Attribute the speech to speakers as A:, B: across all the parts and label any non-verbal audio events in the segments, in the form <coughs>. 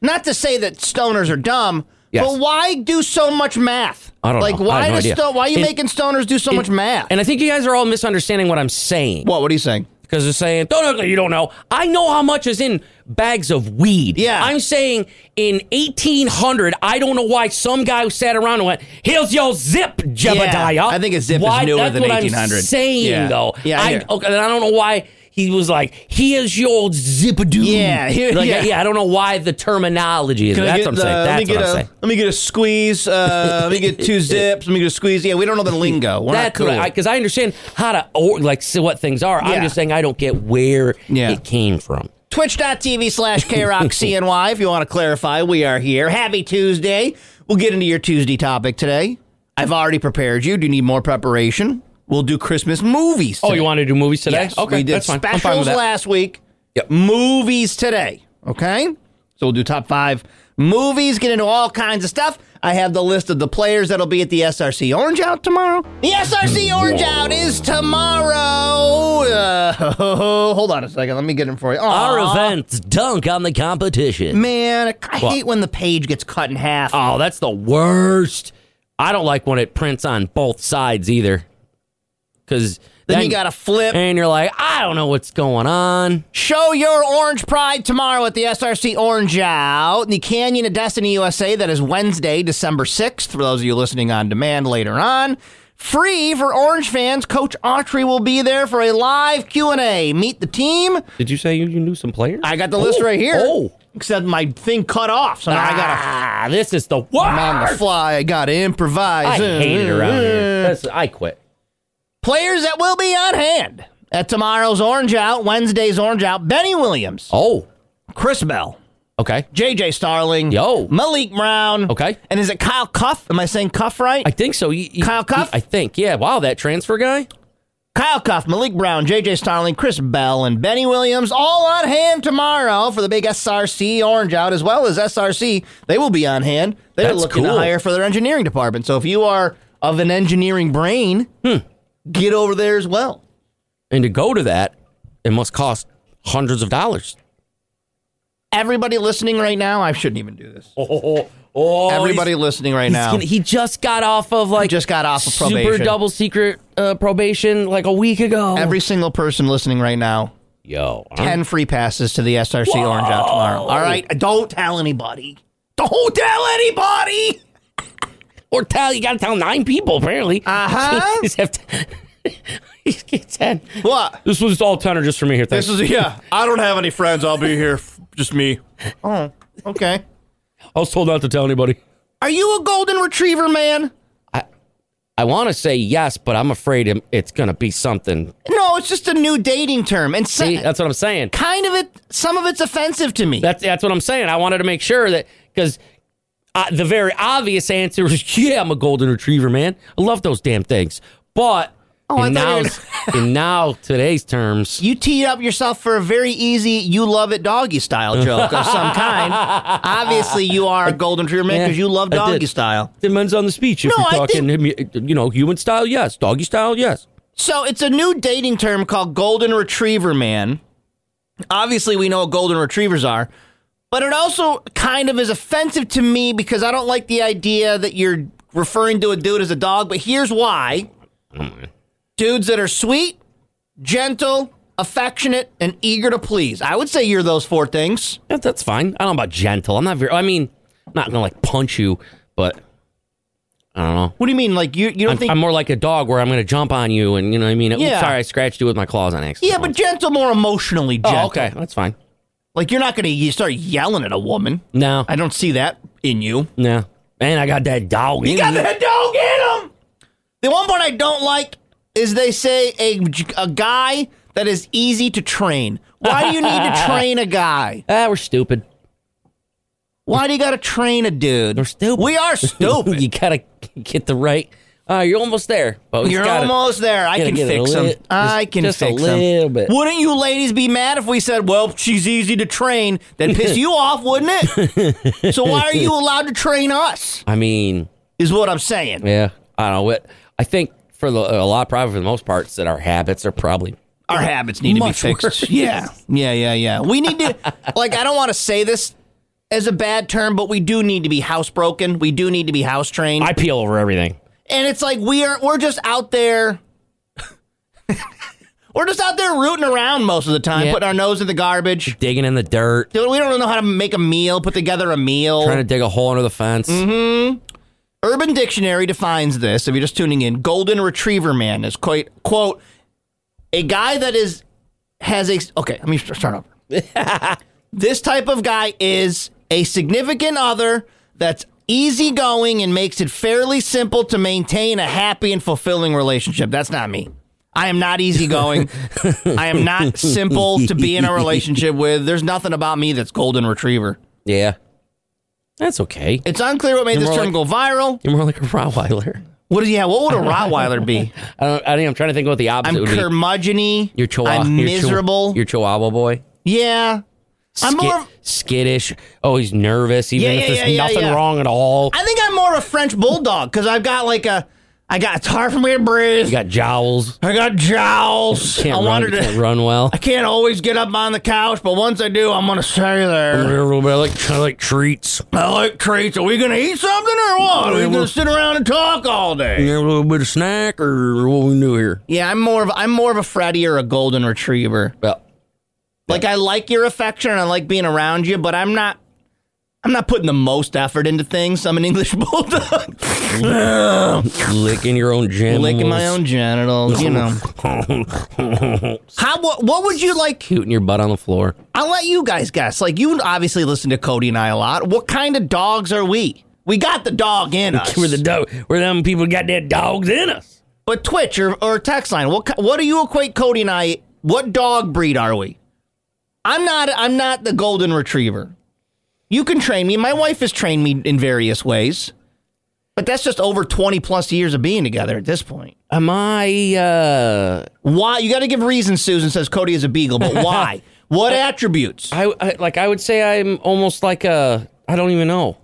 A: Not to say that stoners are dumb,
B: Yes.
A: but why do so much math?
B: I don't
A: like,
B: know. I
A: why
B: have no
A: does
B: idea.
A: sto- why are you
B: And-
A: making stoners do so much math?
B: And I think you guys are all misunderstanding what I'm saying
A: what? What are you saying?
B: because they're saying, don't ugly, you don't know. I know how much is in bags of weed.
A: Yeah.
B: I'm saying in 1800, I don't know why some guy who sat around and went, here's your zip, Jebediah.
A: I think a zip is
B: Why-
A: newer
B: that's
A: than
B: what
A: 1800.
B: I'm saying,
A: Yeah.
B: though.
A: Yeah, I
B: I,
A: hear.
B: okay, and I don't know why. He was like, "Here's your zippadoo."
A: Yeah, here-
B: like,
A: yeah.
B: I don't know why the terminology is.
A: Can I
B: That's
A: get
B: what I'm
A: the-
B: saying.
A: let me
B: That's
A: get
B: what I'm
A: a,
B: saying.
A: Let me get a squeeze. Uh, let
B: <laughs>
A: me get two zips. Let me get a squeeze. Yeah, we don't know the lingo. We're
B: That's
A: not cool.
B: what I because I understand how to or, like see what things are.
A: Yeah.
B: I'm just saying I don't get where
A: Yeah.
B: it came from.
A: Twitch.tv slash KRockCNY if you want to clarify. We are here. Happy Tuesday. We'll get into your Tuesday topic today. I've already prepared you. Do you need more preparation? We'll do Christmas movies.
B: Oh,
A: today.
B: you want to do movies today?
A: Yes.
B: okay,
A: we did
B: that's fine.
A: specials
B: I'm fine with that.
A: last week.
B: Yep.
A: Movies today. Okay. So we'll do top five movies, get into all kinds of stuff. I have the list of the players that'll be at the SRC Orange Out tomorrow. The SRC Orange Out is tomorrow. <laughs> Uh, hold on a second. Let me get him for you. Aw.
B: Our events dunk on the competition.
A: Man, I
B: What?
A: hate when the page gets cut in half.
B: Oh, that's the worst. I don't like when it prints on both sides either, because
A: then you got to flip.
B: and you're like, I don't know what's going on.
A: Show your orange pride tomorrow at the SRC Orange Out in the Canyon of Destiny, USA. That is Wednesday, December 6th, for those of you listening on demand later on. Free for Orange fans, Coach Autry will be there for a live Q&A. Meet the team.
B: Did you say you, you knew some players?
A: I got the list
B: Oh,
A: right here.
B: Oh,
A: Except my thing cut off, so now I got to...
B: ah, this is the worst.
A: I'm on the fly. I got to
B: I
A: improvise.
B: hate it around here. That's- I quit.
A: Players that will be on hand at tomorrow's Orange Out, Wednesday's Orange Out. Benny Williams,
B: Oh,
A: Chris Bell,
B: okay.
A: JJ Starling,
B: Yo.
A: Malik Brown.
B: Okay.
A: And is it Kyle Cuff? Am I saying Cuff right?
B: I think so. You, you-
A: Kyle Cuff?
B: I think, yeah. Wow, that transfer guy.
A: Kyle Cuff, Malik Brown, JJ Starling, Chris Bell, and Benny Williams all on hand tomorrow for the big SRC Orange Out as well as SRC. They will be on hand. They're
B: That's
A: looking
B: cool.
A: to hire for their engineering department. So if you are of an engineering brain,
B: Hmm.
A: get over there as well.
B: And to go to that, it must cost hundreds of dollars.
A: Everybody listening right now, I shouldn't even do this.
B: Oh, oh, oh
A: Everybody listening right now.
B: he just got off of like
A: just got off of
B: super
A: probation.
B: double secret uh, probation like a week ago.
A: Every single person listening right now,
B: Yo, I'm-
A: 10 free passes to the SRC Orange Out tomorrow. All right. Don't tell anybody. Don't tell anybody.
B: or tell you got to tell nine people apparently.
A: Uh-huh.
B: <laughs> He's have to- <laughs> he's get ten.
A: What?
B: This was all ten or just for me here. Thanks.
A: is, yeah. I don't have any friends. I'll be here. Just me. Oh, okay.
B: I was told not to tell anybody.
A: Are you a golden retriever man?
B: I want to say yes, but I'm afraid it- it's gonna be
A: <laughs>
B: something.
A: No, it's just a new dating term. And so,
B: See, that's what I'm saying.
A: kind of it, some of it's offensive to me.
B: That's that's what I'm saying. I wanted to make sure that because uh, the very obvious answer is <laughs> yeah, I'm a golden retriever, man. I love those damn things. But
A: Oh, I
B: in
A: thought
B: now
A: you
B: in now today's
A: <laughs>
B: terms,
A: you teed up yourself for a very easy you love it doggy style joke of some kind. Obviously, you are a golden retriever man
B: Yeah,
A: because you
B: I
A: love
B: did.
A: doggy style.
B: depends on the speech. If
A: No,
B: you're
A: I
B: talking, him, you know, human style, yes. Doggy style, yes.
A: So it's a new dating term called golden retriever man. Obviously, we know what golden retrievers are, but it also kind of is offensive to me because I don't like the idea that you're referring to a dude as a dog. But here's why dudes that are sweet, gentle, affectionate, and eager to please. I would say you're those four things.
B: Yeah, that's fine. I don't know about gentle. I'm not very. I mean, I'm not gonna like punch you, but I don't know.
A: What do you mean? Like, you, you don't
B: I'm,
A: think.
B: I'm more like a dog where I'm gonna jump on you and you know what I mean. Oops,
A: Yeah.
B: sorry, I scratched you with my claws on accident.
A: yeah, but gentle, more emotionally gentle.
B: oh, okay, that's fine.
A: Like, you're not going to start yelling at a woman.
B: No,
A: I don't see that in you.
B: No. And I got that dog.
A: You got that dog in him. The one part I don't like is they say a, a guy that is easy to train. Why do you
B: <laughs>
A: need to train a guy?
B: Ah, we're stupid.
A: Why do you got to train a dude?
B: We're stupid. <laughs>
A: We are stupid.
B: you gotta get the right Uh, you're almost there. But we
A: You're
B: gotta-
A: almost there. I
B: gotta
A: can
B: get it a
A: fix
B: lit-
A: them.
B: just-
A: I can
B: just a
A: fix them.
B: little bit.
A: Wouldn't you ladies be mad if we said, "Well, she's easy to train"? That'd
B: <laughs>
A: piss you off, wouldn't it? so why are you allowed to train us?
B: I mean,
A: Is what I'm saying.
B: yeah, I don't know. What I think for the, a lot, probably for the most part, is that our habits are probably
A: Our habits need
B: Much
A: to be fixed.
B: worse.
A: <laughs> Yeah, yeah, yeah, yeah. We need to. like, I don't want to say this as a bad term, but we do need to be housebroken. We do need to be house trained.
B: I peel over everything.
A: and it's like we are we're just out there <laughs> we're just out there rooting around most of the time
B: Yeah.
A: putting our nose in the garbage
B: digging in the dirt,
A: Dude, we don't know how to make a meal put together a meal
B: trying to dig a hole under the fence.
A: Mm-hmm. urban dictionary defines this if you're just tuning in golden retriever man is quite quote a guy that is has a okay let me st- start over <laughs> this type of guy is a significant other that's easygoing and makes it fairly simple to maintain a happy and fulfilling relationship. That's not me. I am
B: <laughs>
A: not easygoing. I am not simple to be in a relationship with. There's nothing about me that's golden retriever.
B: Yeah, that's okay.
A: It's unclear what made this
B: more
A: term
B: like-
A: go viral.
B: You're more like a Rottweiler. <laughs>
A: What is yeah? What would a Rottweiler be?
B: I don't. I think I'm trying to think what the opposite
A: I'm
B: would be.
A: curmudgeony.
B: You're chihuahua.
A: I'm
B: you're Chihu-
A: miserable.
B: you're Chihuahua boy.
A: yeah. I'm
B: Skid-
A: more. of-
B: skittish. Oh, he's nervous, even
A: Yeah,
B: if
A: yeah,
B: there's
A: yeah, yeah,
B: nothing
A: yeah.
B: wrong at all.
A: I think I'm more of a French bulldog because I've got like a. I got. It's hard for me to breathe.
B: You got jowls.
A: I got jowls.
B: Can't
A: I
B: run.
A: wanted
B: you
A: to.
B: Can't run <laughs> well.
A: I can't always get up on the couch, but once I do, I'm gonna stay there.
B: I like, I like treats.
A: I like treats. Are we gonna eat something or what? Are we
B: Mm-hmm.
A: gonna sit around and talk all day?
B: a little bit of snack or what we do here?
A: Yeah, I'm more of I'm more of a Freddy or a Golden Retriever.
B: Well,
A: Like I like your affection, and I like being around you, but I'm not. I'm not putting the most effort into things. I'm an English <laughs> bulldog,
B: licking your own genitals.
A: licking my own genitals. You know,
B: <laughs>
A: how what, what would you like?
B: Putting your butt on the floor.
A: I'll let you guys guess. Like you obviously listen to Cody and I a lot. What kind of dogs are we? We got the dog in us.
B: We're the dog. We're them people that got that dogs in us.
A: but Twitch or, or text line. What ki- what do you equate Cody and I? What dog breed are we? I'm not. I'm not the golden retriever. You can train me. My wife has trained me in various ways, but that's just over 20 plus years of being together at this point.
B: Am I? uh
A: Why? You got to give reasons. Susan says Cody is a beagle, but why? what attributes?
B: I, I like. I would say I'm almost like a. I don't even know.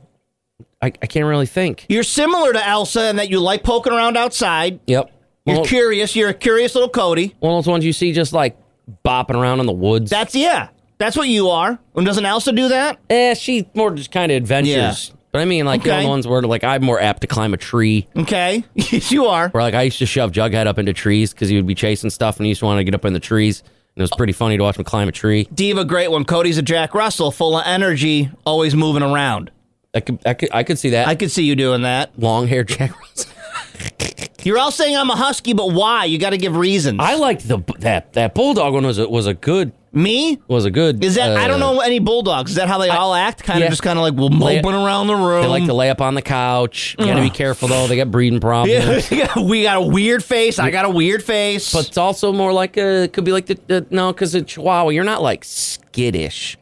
B: I, I can't really think.
A: You're similar to Elsa in that you like poking around outside.
B: Yep.
A: You're
B: Well,
A: curious. You're a curious little Cody.
B: One of those ones you see just like bopping around in the woods.
A: That's yeah. That's what you are. And doesn't Elsa do that?
B: eh, she's more just kind of adventures.
A: Yeah.
B: But I mean, like you know,
A: Okay.
B: the ones where like I'm more apt to climb a tree.
A: Okay. <laughs> yes, you are.
B: Where like I used to shove Jughead up into trees because he would be chasing stuff and he used to want to get up in the trees. And it was pretty funny to watch him climb a tree.
A: Diva, great one. Cody's a Jack Russell, full of energy, always moving around.
B: I could, I could, I could see that.
A: I could see you doing that.
B: Long hair Jack Russell.
A: You're all saying I'm a husky, but why? You got to give reasons.
B: I liked the that that bulldog one was a, was a good
A: me
B: was a good.
A: is that I
B: uh,
A: don't know any bulldogs. Is that how they all act? Kind
B: yeah.
A: of just kind of like well,
B: They-
A: moping around the room.
B: They like
A: <laughs>
B: to lay up on the couch. You gotta be careful though. They got breeding problems.
A: Yeah, we got a weird face. I got a weird face.
B: But it's also more like a it could be like the, the no because a Chihuahua you're not like skittish.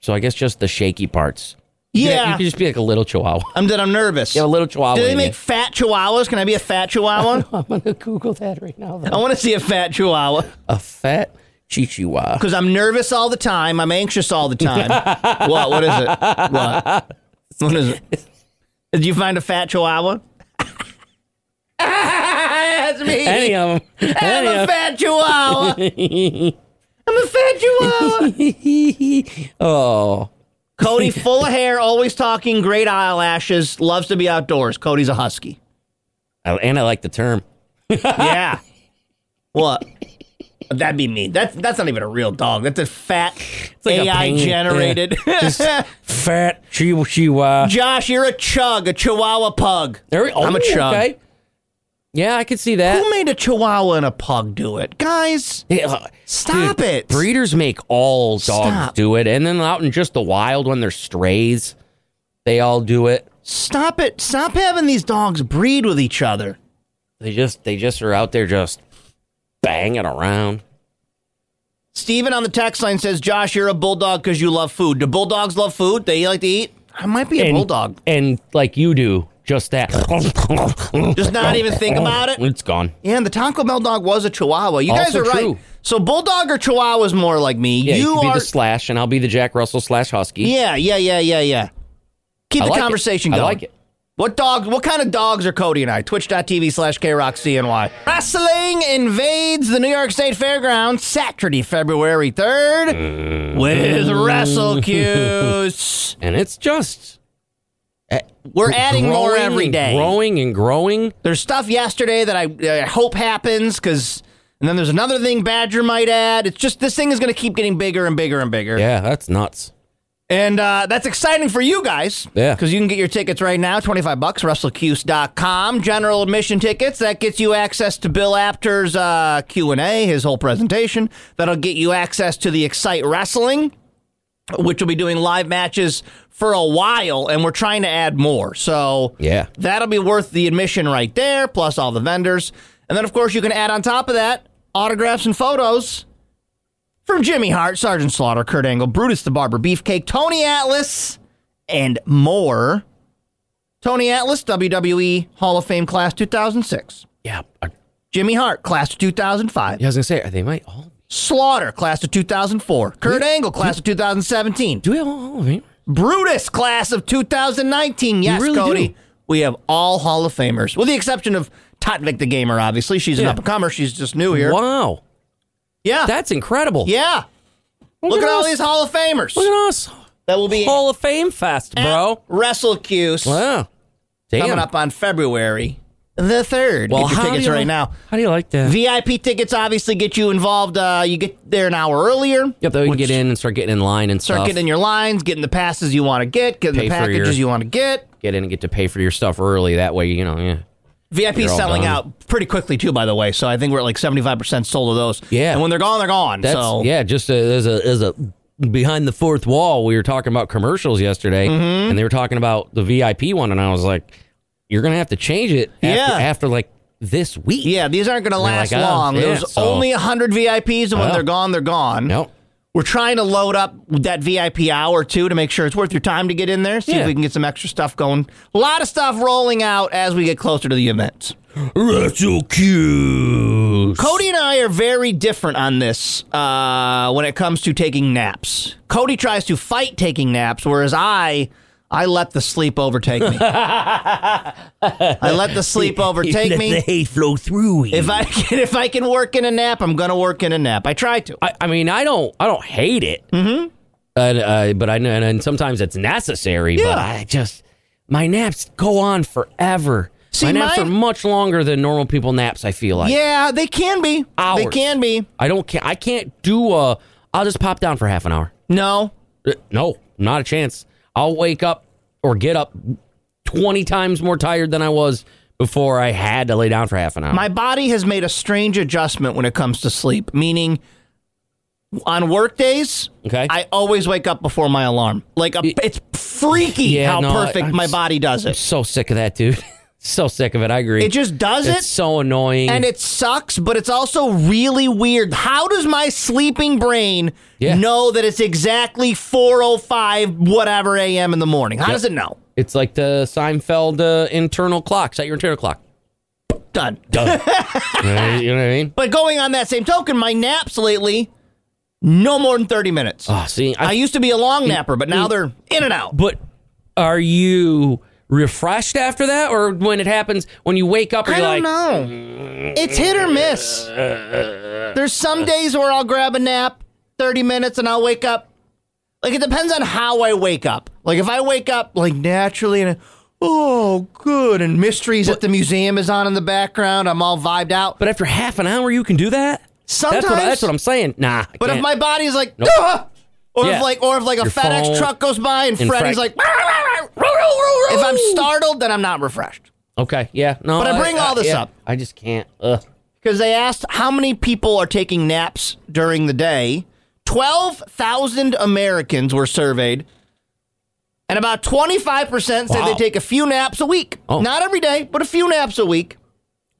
B: So I guess just the shaky parts. You could-
A: yeah,
B: you could just be like a little Chihuahua.
A: I'm dead. I'm
B: <laughs>
A: nervous.
B: Yeah, a little Chihuahua.
A: Do they
B: in
A: make fat chihuahuas? Can I be a fat
B: <laughs>
A: chihuahua?
B: you. <laughs> I'm gonna Google that right now.
A: I
B: Though.
A: want to see a fat chihuahua
B: A fat Chihuahua.
A: because I'm nervous all the time. I'm anxious all the time. what? What is it? What? What is it? Did you find a
B: <laughs>
A: fat chihuahua? That's
B: <laughs>
A: me.
B: Any <laughs> of them.
A: I'm a
B: Any
A: fat chihuahua. I'm a
B: <laughs>
A: fat chihuahua.
B: of 'em. oh,
A: Cody, full of hair, always talking, great eyelashes, loves to be outdoors. Cody's
B: <laughs>
A: a husky.
B: I- and I like the term.
A: Yeah. What? That'd be me. That's that's not even a real dog. That's a fat
B: like a
A: AI
B: penguin. <laughs>
A: generated. <laughs>
B: Fat Chihuahua.
A: Josh, you're a chug, a Chihuahua pug.
B: There we, oh,
A: I'm a chug.
B: Okay. Yeah, I could see
A: Who
B: that.
A: made a Chihuahua and a pug do it, guys?
B: Yeah, uh,
A: Stop
B: dude,
A: it.
B: Breeders make all dogs
A: Stop.
B: do it, and then out in just the wild when they're strays, they all do it.
A: Stop it! Stop having these dogs breed with each other.
B: They just they just are out there just banging around.
A: Steven on the text line says, "Josh, you're a bulldog because you love food. Do bulldogs love food? They like to eat. I might be a bulldog.
B: and like you do, Just that.
A: Just not even
B: Oh.
A: think about it.
B: It's gone.
A: Yeah, and the Taco Bell dog was a Chihuahua. You guys
B: Also
A: are right.
B: true.
A: So bulldog or Chihuahua is more like me.
B: Yeah, you,
A: you
B: can be
A: are.
B: the slash, and I'll be the Jack Russell slash Husky.
A: yeah, yeah, yeah, yeah, yeah. Keep
B: I
A: the
B: like it.
A: conversation
B: I
A: going.
B: like it.
A: What dogs? What kind of dogs are Cody and I? Twitch.tv slash KRockCNY. Wrestling invades the New York State Fairgrounds Saturday, February 3rd
B: Mm.
A: with Wrestle Cues.
B: And it's just
A: We're adding more
B: growing
A: every
B: and
A: day.
B: growing and growing.
A: There's stuff yesterday that I uh, hope happens because, and then there's another thing Badger might add. It's just this thing is going to keep getting bigger and bigger and bigger.
B: Yeah, that's nuts.
A: And uh, that's exciting for you guys.
B: Yeah.
A: Because you can get your tickets right now, 25 bucks, russellcuse.com. General admission tickets. That gets you access to Bill Apter's uh, Q&A, his whole presentation. That'll get you access to the Excite Wrestling, which will be doing live matches for a while, and we're trying to add more. So
B: Yeah.
A: that'll be worth the admission right there, plus all the vendors. And then, of course, you can add on top of that autographs and photos from Jimmy Hart, Sergeant Slaughter, Kurt Angle, Brutus the Barber, Beefcake, Tony Atlas, and more. Tony Atlas, WWE Hall of Fame Class 2006.
B: Yeah. I,
A: Jimmy Hart, Class of 2005.
B: yeah, I was gonna say, are they might all
A: Slaughter, Class of 2004. Kurt Angle, Class of 2017.
B: do we have all of it?
A: Brutus, Class of 2019. Yes,
B: really
A: Cody.
B: do.
A: We have all Hall of Famers, with the exception of Totvik the Gamer, obviously. She's an
B: Yeah.
A: up and comer. She's just new here.
B: Wow,
A: Yeah.
B: that's incredible.
A: yeah. Look, at, all
B: us.
A: these Hall of Famers
B: Look at us,
A: that will be
B: Hall of Fame fest, bro.
A: WrestleCuse
B: Wow, damn.
A: coming up on February the third.
B: Well,
A: get your
B: how
A: tickets
B: do you
A: right
B: like-
A: now.
B: How do you like that?
A: VIP tickets obviously get you involved. Uh, you get there an hour earlier.
B: yep, then we can get in and start getting in line and
A: Start
B: stuff.
A: getting in your lines, getting the passes you want to get, getting
B: Pay
A: the
B: for your-
A: packages you want to get.
B: get in and get to pay for your stuff early. That way, you know, yeah.
A: VIP
B: You're all
A: selling
B: done.
A: out pretty quickly too, by the way. So I think we're at like seventy five percent sold of those.
B: Yeah.
A: and when they're gone, they're gone.
B: That's
A: so
B: yeah, just a, there's a there's a behind the fourth wall. We were talking about commercials yesterday,
A: Mm-hmm.
B: and they were talking about the VIP one, and I was like, "You're gonna have to change it." After,
A: Yeah.
B: after like this week.
A: yeah, these aren't going to
B: They're
A: last
B: like, oh,
A: long.
B: yeah,
A: There's
B: so-
A: only hundred VIPs, and when
B: Oh.
A: they're gone, they're gone.
B: No.
A: We're trying to load up that VIP hour too to make sure it's worth your time to get in there. See if
B: Yeah.
A: we can get some extra stuff going. A lot of stuff rolling out as we get closer to the event.
B: Russell Cuse.
A: Cody and I are very different on this uh, when it comes to taking naps. Cody tries to fight taking naps, whereas I, I let the sleep overtake me. I let
B: <laughs>
A: the sleep overtake me.
B: hate flow through
A: If I <laughs> can, if I can work in a nap, I'm gonna work in a nap. I try to.
B: I, I mean, I don't, I don't hate it. Mm-hmm. And, uh, but I know, and, and sometimes it's necessary. But
A: Yeah.
B: I just, my naps go on forever.
A: See,
B: my naps
A: mine-
B: are much longer than normal people naps. I feel like.
A: yeah, they can be.
B: Hours.
A: They can be.
B: I don't can I can't do a. I'll just pop down for half an hour.
A: No,
B: Uh, No, not a chance. I'll wake up or get up twenty times more tired than I was before I had to lay down for half an hour.
A: My body has made a strange adjustment when it comes to sleep, meaning on work days,
B: Okay.
A: I always wake up before my alarm. Like a, it's freaky
B: Yeah,
A: how
B: no, I-
A: perfect
B: I'm
A: my
B: s-
A: body does
B: I'm
A: it.
B: so sick of that, dude. <laughs> so sick of it. I agree.
A: It just does
B: it's
A: it.
B: so annoying.
A: and it sucks, but it's also really weird. How does my sleeping brain
B: Yeah.
A: know that it's exactly 4:05 whatever a.m. in the morning? How does it know?
B: it's like the Seinfeld uh, internal clock. Set your internal clock.
A: Done.
B: Done. Right? you know what I mean?
A: <laughs> But going on that same token, my naps lately no more than 30 minutes.
B: Oh, see, I,
A: Ah, I Mm. used to be a long napper, but now they're in and out.
B: But are you refreshed after that, or when it happens when you wake up? Are
A: I
B: you like,
A: don't know. It's hit or miss. There's some days where I'll grab a nap, 30 minutes, and I'll wake up. Like, it depends on how I wake up. Like, if I wake up, like, naturally, and oh, good, and Mysteries at the Museum is on in the background, I'm all vibed out. But,
B: But after half an hour, you can do that.
A: Sometimes.
B: that's what, that's what I'm saying. Nah, I
A: if
B: can't.
A: my body's like,
B: Nope.
A: "Ah!" or if
B: Yeah.
A: like, or if like a
B: Your
A: FedEx
B: phone
A: truck goes by and
B: and
A: Freddy's
B: Fred-
A: like, if I'm startled, then I'm not refreshed.
B: okay, yeah, no,
A: But I bring all this
B: yeah,
A: up.
B: I just can't. Ugh.
A: because they asked how many people are taking naps during the day. 12,000 Americans were surveyed, and about 25% said
B: Wow.
A: they take a few naps a week.
B: Oh.
A: Not every day, but a few naps a week.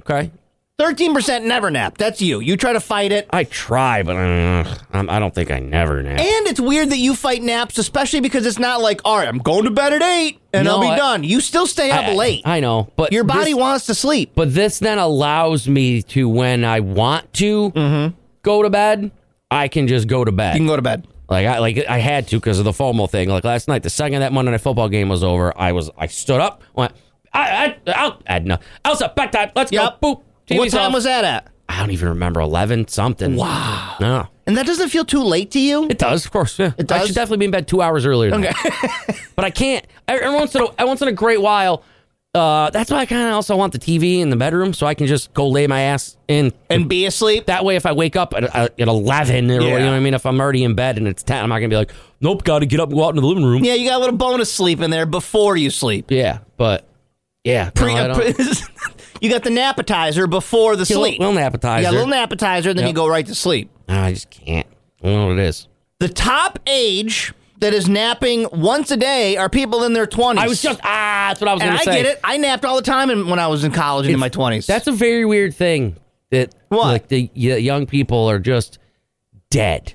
B: Okay,
A: 13% never nap. That's you. You try to fight it.
B: I try, but uh, I'm- I don't think I never nap.
A: And it's weird that you fight naps, especially because it's not like, all right, I'm going to bed at 8 and
B: No,
A: I'll be
B: I-
A: done. You still stay up
B: I-
A: late.
B: I know, but
A: Your body
B: this-
A: wants to sleep.
B: But this then allows me to, when I want to go to bed, I can just go to bed.
A: Mm-hmm. You can go to bed.
B: Like I like I had to because of the FOMO thing. Like last night, the second that Monday Night Football game was over, I was I stood up, went I I I'll, I no, I was up back time. Let's
A: Yep.
B: go. Boop.
A: what
B: TV's
A: time
B: off.
A: was that at?
B: I don't even remember. Eleven something. Wow. No,
A: And that doesn't feel too late to you?
B: it does. Of course. Yeah. It I
A: does?
B: should definitely be in bed two hours earlier. Than that. <laughs> but I can't. Every once in a once in a great while. Uh, that's why I kind of also want the TV in the bedroom so I can just go lay my ass in
A: and be asleep?
B: that way, if I wake up at, uh, at 11 or you know what I mean, if I'm already in bed and it's 10, I'm not going to be like, nope, got to get up and go out into the living room.
A: yeah, you got a little bonus sleep in there before you sleep.
B: Yeah, but yeah.
A: Pre- <laughs>
B: no, I don't-
A: you got the napetizer before the
B: Get a
A: <laughs> sleep.
B: little appetizer.
A: Yeah, a little appetizer, and then
B: Yep.
A: you go right to sleep.
B: No, I just can't. I don't know what it is.
A: The top age that is napping once a day are people in their 20s.
B: I was just, ah, that's what I was
A: and
B: going
A: I
B: to say.
A: get it. I napped all the time in, when I was in college and in my 20s.
B: That's a very weird thing that
A: What?
B: like the y- young people are just dead.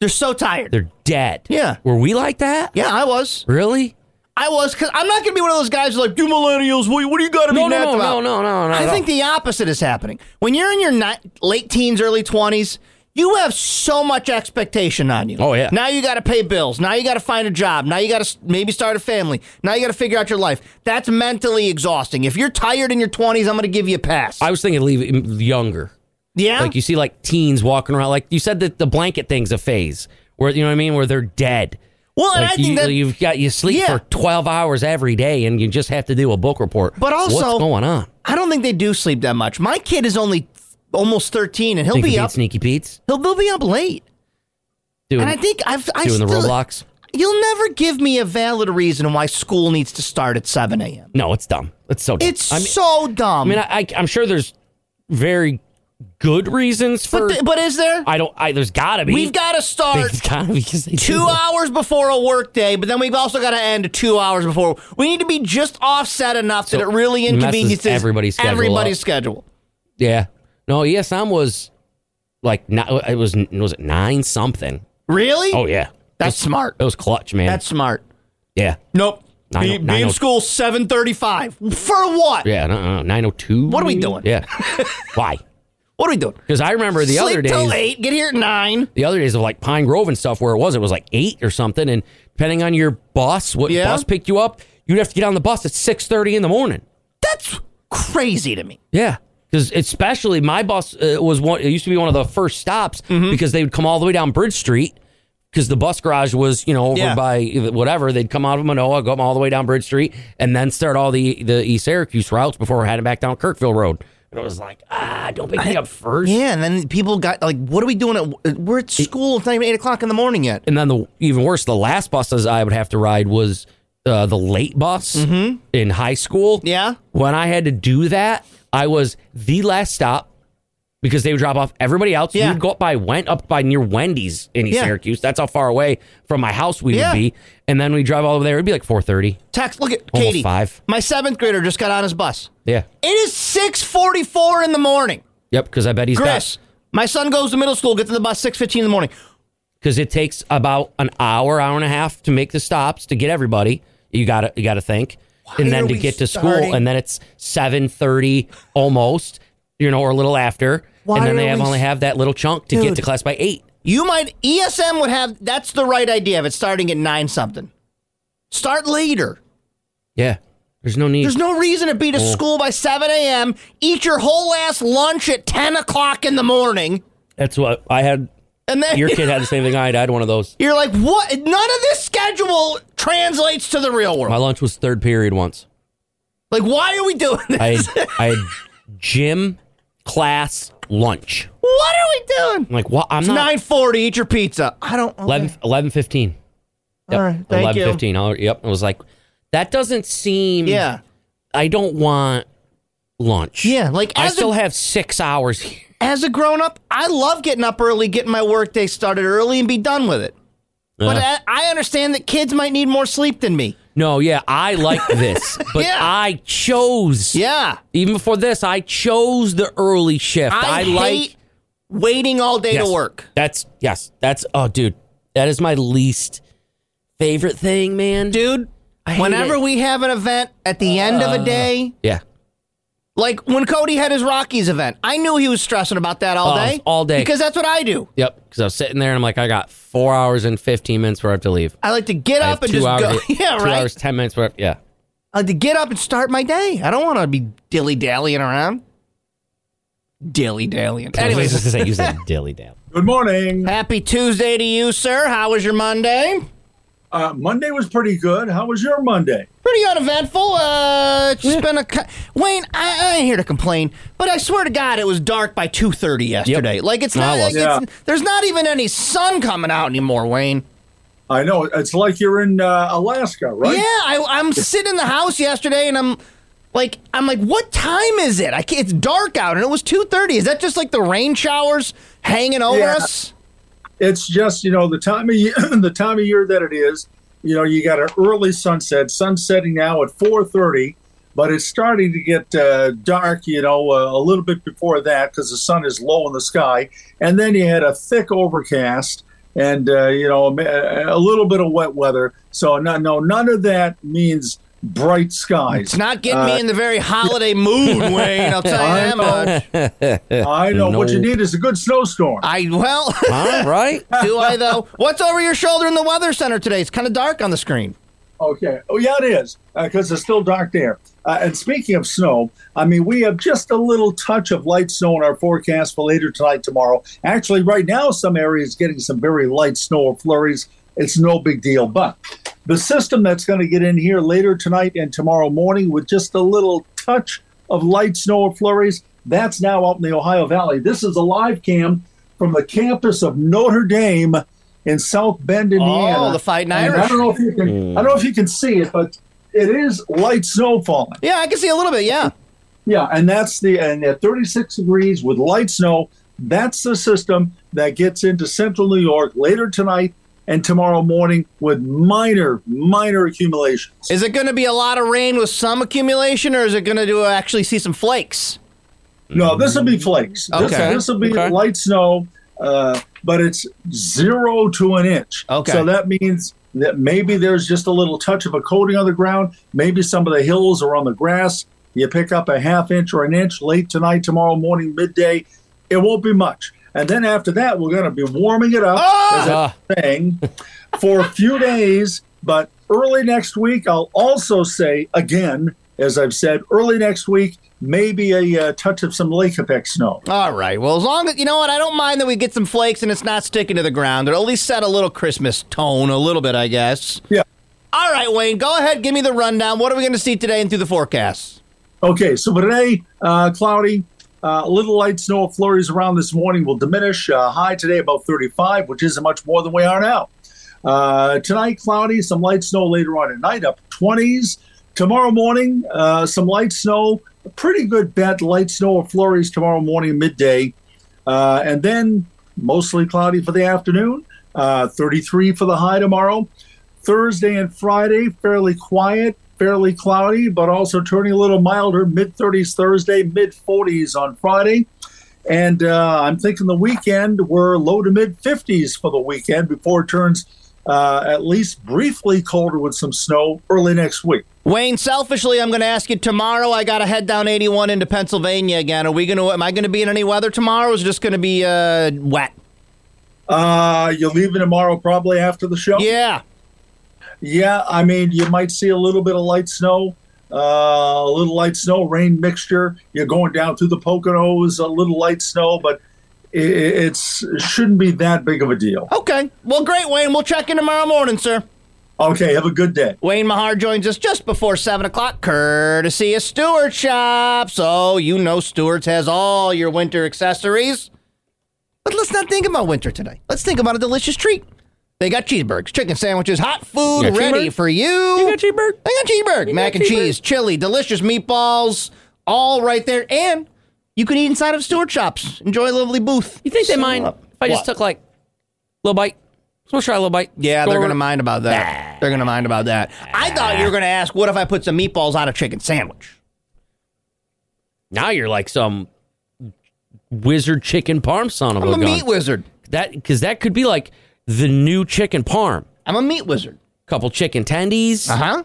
A: They're so tired.
B: They're dead.
A: Yeah.
B: Were we like that?
A: yeah, I was.
B: Really?
A: I was because I'm not going to be one of those guys who's like, "Do millennials? What, what do you got to
B: No,
A: be
B: no,
A: napped
B: no,
A: about?"
B: no, no, no, no,
A: I
B: no.
A: think the opposite is happening. When you're in your ni- late teens, early 20s, you have so much expectation on you.
B: Oh, yeah.
A: Now you got to pay bills. Now you got to find a job. Now you got to maybe start a family. Now you got to figure out your life. That's mentally exhausting. If you're tired in your 20s, I'm going to give you a pass.
B: I was thinking leave mm, younger.
A: yeah.
B: Like you see like teens walking around. Like you said that the blanket thing's a phase where you know what I mean, where they're dead.
A: well, and
B: Like
A: I think
B: you,
A: that
B: you've got you sleep
A: Yeah.
B: for twelve hours every day, and you just have to do a book report.
A: But also-
B: what's going on?
A: I don't think they do sleep that much. My kid is only almost 13, and he'll
B: Sneaky
A: be
B: Pete,
A: up.
B: Sneaky Pete's
A: He'll, he'll be up late.
B: doing
A: And I think I've I
B: doing the
A: still-
B: Roblox.
A: You'll never give me a valid reason why school needs to start at 7 a.m.
B: No, it's dumb. It's so dumb.
A: It's
B: I mean,
A: so dumb.
B: I mean, I, I, am sure there's very good reasons for.
A: but, th- but is there?
B: I don't. I there's gotta be.
A: We've got to start
B: There's gotta be 'cause they do
A: two
B: that.
A: hours before a work day, but then we've also got to end two hours before. We need to be just offset enough that it really
B: messes
A: inconveniences
B: everybody's schedule
A: everybody's
B: up.
A: schedule.
B: Yeah. No, ESM was like not. It was was it nine something?
A: Really?
B: Oh yeah,
A: That's smart.
B: it was clutch, man.
A: That's smart.
B: yeah,
A: Nope.
B: Nine
A: be
B: oh-
A: be
B: nine
A: in
B: oh-
A: school 7.35. For what?
B: yeah. No, nine oh two.
A: What are we doing? <laughs>
B: Yeah. Why?
A: What are we doing?
B: Because I remember the
A: Sleep
B: other
A: till
B: days,
A: 8, get here at 9.
B: the other days of like Pine Grove and stuff where it was, it was like eight or something, and depending on your bus, what
A: Yeah.
B: bus picked you up, you'd have to get on the bus at six thirty in the morning.
A: That's crazy to me.
B: Yeah. Because especially my bus uh, was one. It used to be one of the first stops because they would come all the way down Bridge Street because the bus garage was you know over
A: Yeah.
B: by whatever. They'd come out of Manoa, go all the way down Bridge Street, and then start all the the East Syracuse routes before heading back down Kirkville Road. And it was like, ah, don't pick me up first.
A: Yeah, and then people got like, what are we doing? At, we're at school. It's not even eight o'clock in the morning yet.
B: and then the even worse, the last buses I would have to ride was uh, the late bus in high school.
A: Mm-hmm. Yeah.
B: when I had to do that, I was the last stop because they would drop off everybody else.
A: Yeah.
B: We'd go up by went up by near Wendy's in East
A: Yeah.
B: Syracuse. That's how far away from my house we
A: Yeah.
B: would be, and then we drive all over there. It'd be like four thirty.
A: Text. Look at
B: Almost
A: Katie.
B: five.
A: My seventh grader just got on his bus.
B: Yeah.
A: It is six forty-four in the morning.
B: Yep. Because I bet he's
A: Chris, my son goes to middle school. Gets on the bus six fifteen in the morning.
B: because it takes about an hour, hour and a half to make the stops to get everybody. You got to you got to think, and
A: are
B: then to
A: we
B: get to
A: starting-
B: school, and then it's seven thirty almost, you know, or a little after,
A: Why
B: and then
A: are
B: they have
A: we
B: only
A: s-
B: have that little chunk to get to
A: Dude.
B: class by eight.
A: You might ESM would have. That's the right idea. If it's starting at nine something, start later.
B: Yeah, there's no need.
A: There's no reason to be
B: Oh.
A: to school by seven a.m. Eat your whole ass lunch at ten o'clock in the morning,
B: That's what I had.
A: and then
B: Your
A: <laughs>
B: kid had the same thing I had. I had one of those.
A: You're like, what? None of this schedule translates to the real
B: My
A: world.
B: lunch was third period once.
A: Like, why are we doing this?
B: I had, I had gym class lunch.
A: <laughs> what are we doing?
B: I'm like, what? I'm
A: It's
B: not.
A: nine forty. Eat your pizza. I don't. Okay.
B: 11, 11 15.
A: All right, thank you.
B: 15. I'll- Yep. It was like, that doesn't seem.
A: Yeah.
B: I don't want lunch.
A: Yeah, like,
B: I
A: as a-
B: still have six hours. here.
A: As a grown up, I love getting up early, getting my work day started early, and be done with it. But
B: Uh,
A: I, I understand that kids might need more sleep than me.
B: No, yeah, I like
A: <laughs>
B: this, but
A: Yeah.
B: I chose.
A: Yeah.
B: Even before this, I chose the early shift. I,
A: I,
B: like
A: hate waiting all day
B: Yes.
A: to work.
B: That's yes. That's oh, dude, that is my least favorite thing, man.
A: Dude,
B: I hate
A: whenever
B: it. Uh.
A: we have an event at the end of a day,
B: yeah,
A: like when Cody had his Rockies event, I knew he was stressing about that all
B: Oh,
A: day.
B: all day.
A: Because that's what I do.
B: yep. Because I was sitting there and I'm like, I got four hours and fifteen minutes where I have to leave.
A: I like to get
B: I
A: up
B: have
A: and
B: two
A: just
B: hours,
A: go. <laughs> yeah,
B: two
A: right.
B: hours, ten minutes. Where, yeah,
A: I like to get up and start my day. I don't want to be dilly dallying around. Dilly dallying.
B: I was <laughs>
A: Anyways,
B: just gonna say, use
A: <laughs>
B: that dilly dally.
C: Good morning.
A: happy Tuesday to you, sir. How was your Monday?
C: Uh, Monday was pretty good. How was your Monday?
A: Pretty uneventful. Uh, it's just been a cu- Wayne. I, I ain't here to complain, but I swear to God, it was dark by two thirty yesterday. Like it's
B: No, it
A: not. Like,
B: wasn't.
A: it's, there's not even any sun coming out anymore, Wayne.
C: I know it's like you're in uh, Alaska, right?
A: Yeah, I, I'm sitting in the house yesterday, and I'm like, I'm like, what time is it? I can't, it's dark out, and it was two thirty. Is that just like the rain showers hanging over
C: Yeah.
A: us?
C: It's just you know the time of year, <clears throat> the time of year that it is. You know, you got an early sunset. Sun setting now at 4:30, but it's starting to get uh, dark. You know, uh, a little bit before that because the sun is low in the sky, and then you had a thick overcast and uh, you know a, a little bit of wet weather. So no, no, none of that means bright skies.
A: It's not
C: Uh,
A: getting me in the very holiday
C: <laughs>
A: mood, Wayne. I'll tell you that much.
C: I know what you
B: No.
C: need is a good snowstorm.
A: I well, <laughs>
B: Huh? Right?
A: do I though? What's over your shoulder in the weather center today? It's kind of dark on the screen.
C: Okay. Oh, yeah, it is because it's still dark there. Uh, and speaking of snow, I mean, we have just a little touch of light snow in our forecast for later tonight, tomorrow. Actually, right now, some areas getting some very light snow or flurries. It's no big deal. But the system that's going to get in here later tonight and tomorrow morning with just a little touch of light snow or flurries, that's now out in the Ohio Valley. This is a live cam from the campus of Notre Dame in South Bend, Indiana.
A: Oh, the Fighting
C: And I
A: Irish.
C: don't know if you can. I don't know if you can see it, but it is light snow falling.
A: Yeah, I can see a little bit. Yeah,
C: Yeah, and that's the and at 36 degrees with light snow. That's the system that gets into central New York later tonight and tomorrow morning with minor, minor accumulations.
A: is it going to be a lot of rain with some accumulation, or is it going to do uh, actually see some flakes?
C: No, this will be flakes.
A: Okay.
C: This will be
B: Okay.
C: light snow, uh, but it's zero to an inch.
A: Okay.
C: So that means that maybe there's just a little touch of a coating on the ground. Maybe some of the hills or on the grass. You pick up a half inch or an inch late tonight, tomorrow morning, midday. It won't be much. And then after that, we're going to be warming it up. as
B: Ah!
C: a thing for a few days, but early next week, I'll also say again, as I've said, early next week, maybe a uh, touch of some lake effect snow.
A: All right. Well, as long as you know what, I don't mind that we get some flakes and it's not sticking to the ground. It'll at least set a little Christmas tone, a little bit, I guess.
C: Yeah.
A: All right, Wayne, go ahead. Give me the rundown. What are we going to see today and through the forecast?
C: Okay, so today, uh, cloudy, uh, a little light snow flurries around this morning will diminish. Uh, high today, about 35, which isn't much more than we are now. Uh, tonight, cloudy, some light snow later on at night, up 20s. Tomorrow morning, uh, some light snow, a pretty good bet, light snow or flurries tomorrow morning, midday. Uh, and then mostly cloudy for the afternoon, uh, 33 for the high tomorrow. Thursday and Friday, fairly quiet, fairly cloudy, but also turning a little milder, mid 30s Thursday, mid 40s on Friday. And uh, I'm thinking the weekend, we're low to mid 50s for the weekend before it turns uh, at least briefly colder with some snow early next week.
A: Wayne, selfishly, I'm going to ask you tomorrow. I got to head down 81 into Pennsylvania again. Are we going to? Am I going to be in any weather tomorrow? Or is it just going to be uh, wet?
C: Uh, you're leaving tomorrow probably after the show?
A: Yeah.
C: Yeah, I mean, you might see a little bit of light snow, uh, a little light snow, rain mixture. You're going down through the Poconos, a little light snow, but it, it's it shouldn't be that big of a deal.
A: Okay. Well, great, Wayne. We'll check in tomorrow morning, sir.
C: Okay, have a good day.
A: Wayne Mahar joins us just before 7 o'clock, courtesy of Stewart Shop. So, you know, Stewart's has all your winter accessories. But let's not think about winter today. Let's think about a delicious treat. They got cheeseburgers, chicken sandwiches, hot food
B: You got
A: ready
B: cheeseburger?
A: for you.
B: You got cheeseburger?
A: They got cheeseburger, mac and
B: cheeseburger?
A: cheese, chili, delicious meatballs, all right there. And you can eat inside of Stewart Shops. Enjoy a lovely booth.
B: You think they mind if I just
A: What?
B: took like a little bite? So trilobite.
A: Yeah, they're
B: Store-
A: gonna mind about that. They're gonna mind about that. I thought you were gonna ask, what if I put some meatballs on a chicken sandwich?
B: Now you're like some wizard chicken parm son of
A: I'm
B: a,
A: a
B: gun.
A: meat wizard.
B: that because that could be like the new chicken parm.
A: I'm a meat wizard.
B: Couple chicken tendies,
A: Uh huh.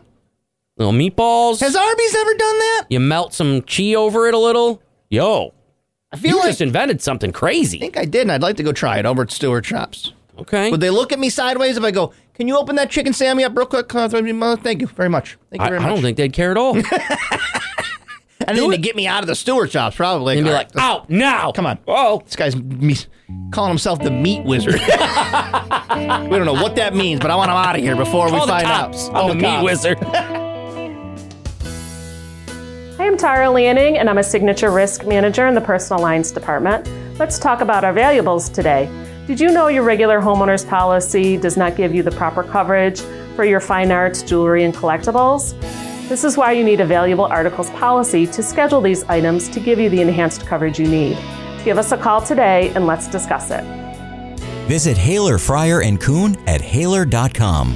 B: little meatballs.
A: Has Arby's ever done that?
B: you melt some chi over it a little. Yo,
A: I feel
B: you
A: like
B: just invented something
A: I
B: crazy.
A: think I did, and I'd like to go try it over at Stewart Chops.
B: Okay.
A: Would they look at me sideways if I go, Can you open that chicken Sammy up real quick? Can I- Thank you very much. Thank you
B: I,
A: very
B: I
A: much.
B: don't think they'd care at
A: <laughs>
B: all. They'd
A: and then to get me out of the Stewart Chops, probably.
B: be
A: All
B: like,
A: right, this-
B: out now.
A: Come on.
B: Oh,
A: <laughs> This guy's me- calling himself the meat wizard. <laughs> we don't know what that means, but I want him out of here before we
B: Call the
A: find
B: cops. I'm
A: out. Oh, Call
B: the
A: the
B: meat
A: cops.
B: wizard.
A: <laughs>
D: I am Tara Lanning, and I'm a signature risk manager in the personal lines department. Let's talk about our valuables today. Did you know your regular homeowner's policy does not give you the proper coverage for your fine arts, jewelry, and collectibles? This is why you need a valuable articles policy to schedule these items to give you the enhanced coverage you need. Give us a call today and let's discuss it.
E: Visit Haler, Fryer, and Kuhn at Haler.com.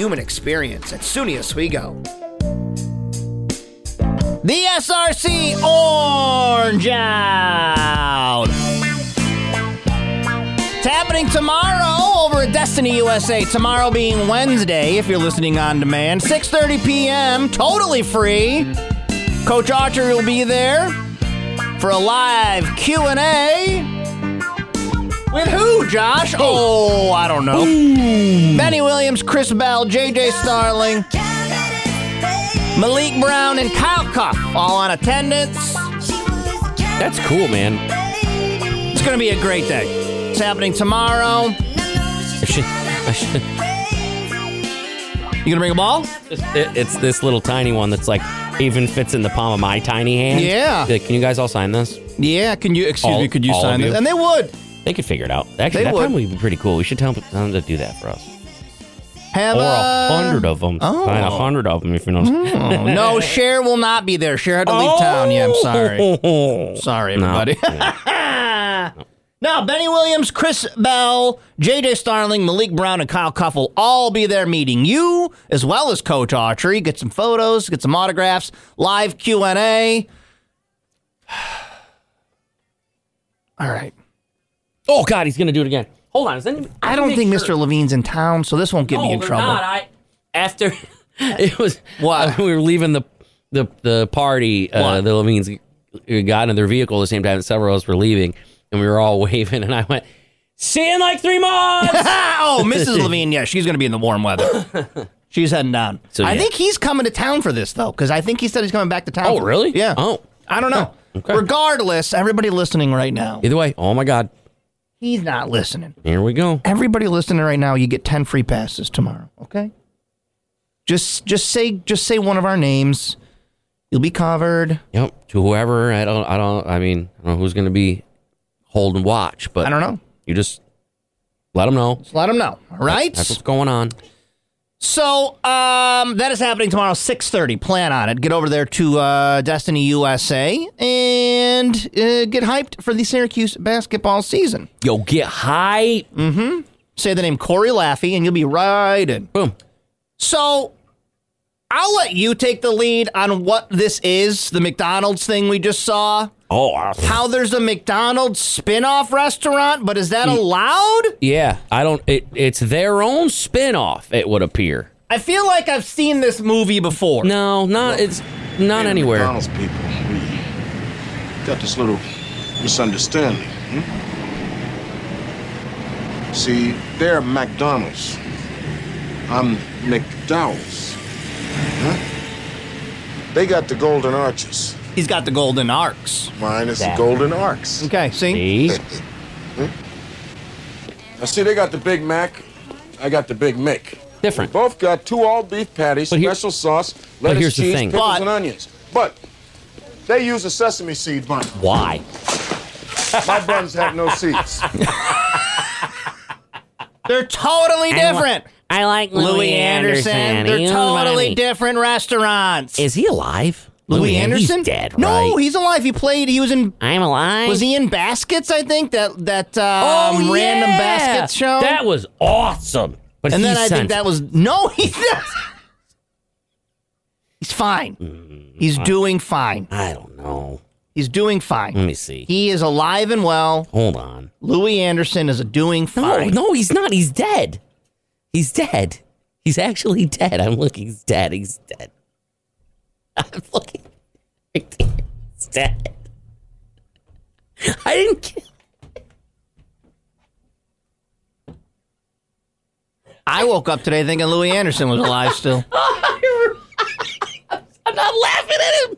A: human experience at SUNY Oswego. The SRC Orange Out. It's happening tomorrow over at Destiny USA. Tomorrow being Wednesday, if you're listening on demand, 6:30 p.m. Totally free. Coach Archer will be there for a live Q and A with who, Josh? Oh, I don't know. Benny Williams, Chris Bell, J.J. Starling. Malik Brown and Kyle Cuff all on attendance.
B: That's cool, man.
A: It's going to be a great day. It's happening tomorrow. You
B: I should- I should-
A: going to bring a ball?
B: it- it's this little tiny one that's like even fits in the palm of my tiny hand.
A: Yeah.
B: Like, can you guys all sign this?
A: Yeah. Can you, excuse
B: All-
A: me, could you
B: all of
A: sign
B: you?
A: this? And they would.
B: They could figure it out. Actually,
A: They
B: that
A: would.
B: probably would be pretty cool. We should tell them to do that for us.
A: Have
B: Or a hundred of them.
A: Uh, oh.
B: Sign a hundred of them if you know.
A: Oh, no, Cher will not be there. Cher had to leave town. Yeah, I'm sorry.
B: <laughs>
A: Sorry,
B: Oh. No.
A: everybody. <laughs> Now, Benny Williams, Chris Bell, JJ Starling, Malik Brown, and Kyle Cuff will all be there meeting you, as well as Coach Archery. Get some photos, get some autographs, live Q&A. <sighs> All right.
B: oh God, he's gonna do it again. Hold on. Is any,
A: I don't think Mr. Levine's in town, so this won't get
B: No,
A: me in
B: they're
A: trouble.
B: Oh, not. I after <laughs> it was
A: What?
B: we were leaving the the the party. Uh,
A: What?
B: the Levines got in their vehicle at the same time. that Several of us were leaving, and we were all <laughs> waving. And I went, "See you in like three months."
A: <laughs> oh, Mrs. Levine, yeah, she's going to be in the
B: <laughs>
A: warm weather. She's heading down.
B: So,
A: I
B: yeah.
A: think he's coming to town for this, though, because I think he said he's coming back to
B: <laughs>
A: town.
B: Oh,
A: for-
B: really?
A: Yeah.
B: Oh.
A: I don't know.
B: <laughs> Okay.
A: Regardless, everybody listening right now,
B: Either way, oh my God,
A: he's not listening.
B: here we go.
A: everybody listening right now, you get 10 free passes tomorrow, okay? Just just say just say one of our names. You'll be covered.
B: Yep. To whoever I don't I don't I mean I don't know who's gonna be holding watch, but
A: I don't know.
B: You just let them know.
A: Just let them know. All right?
B: That's what's going on.
A: So, um, that is happening tomorrow, 6.30. Plan on it. Get over there to uh, Destiny USA and uh, get hyped for the Syracuse basketball season.
B: Yo, get high.
A: Say the name Corey Laffey, and you'll be right in.
B: Boom.
A: So I'll let you take the lead on what this is the McDonald's thing we just saw.
B: Oh, I-
A: How there's a McDonald's spin off restaurant, but is that
B: Mm.
A: allowed?
B: yeah. I don't. It, it's their own spinoff. It would appear.
A: I feel like I've seen this movie before.
B: No, not it's not anywhere.
F: McDonald's people, we got this little misunderstanding. hmm? See, they're McDonald's. I'm McDowell's. Huh? They got the golden arches.
A: He's got the golden arcs.
F: Mine is the golden arcs.
A: Okay, see?
B: See?
F: Now, see, they got the Big Mac. I got the Big Mick.
B: Different.
F: Both got two all beef patties,
B: But here-
F: special sauce,
B: but
F: lettuce,
B: here's the
F: cheese,
B: thing.
F: pickles,
A: But-
F: and onions. But they use a sesame seed bun.
B: Why?
F: My buns have no seeds.
A: They're totally different.
B: I like
A: Louis, Anderson. They're totally different restaurants.
B: Is he alive?
A: Louis Anderson
B: He's dead.
A: No,
B: right?
A: he's alive. He played. He was in.
B: I'm alive.
A: Was he in Baskets? I think that that
B: Oh,
A: um, random
B: yeah!
A: Baskets show.
B: That was awesome. But
A: and
B: he
A: then I
B: sent-
A: think that was no. <laughs> He's not. he's fine.
B: Mm,
A: He's doing fine.
B: I don't know.
A: He's doing fine.
B: Let me see.
A: He is alive and well.
B: Hold on.
A: Louis Anderson is doing
B: No,
A: fine.
B: no, he's not. He's dead. He's dead. He's actually dead. I'm looking. He's dead. He's dead. <laughs> I'm looking. Right there. He's dead. I didn't. ki-
A: I woke up today thinking Louis Anderson was
B: <laughs>
A: alive still.
B: I'm not laughing at him.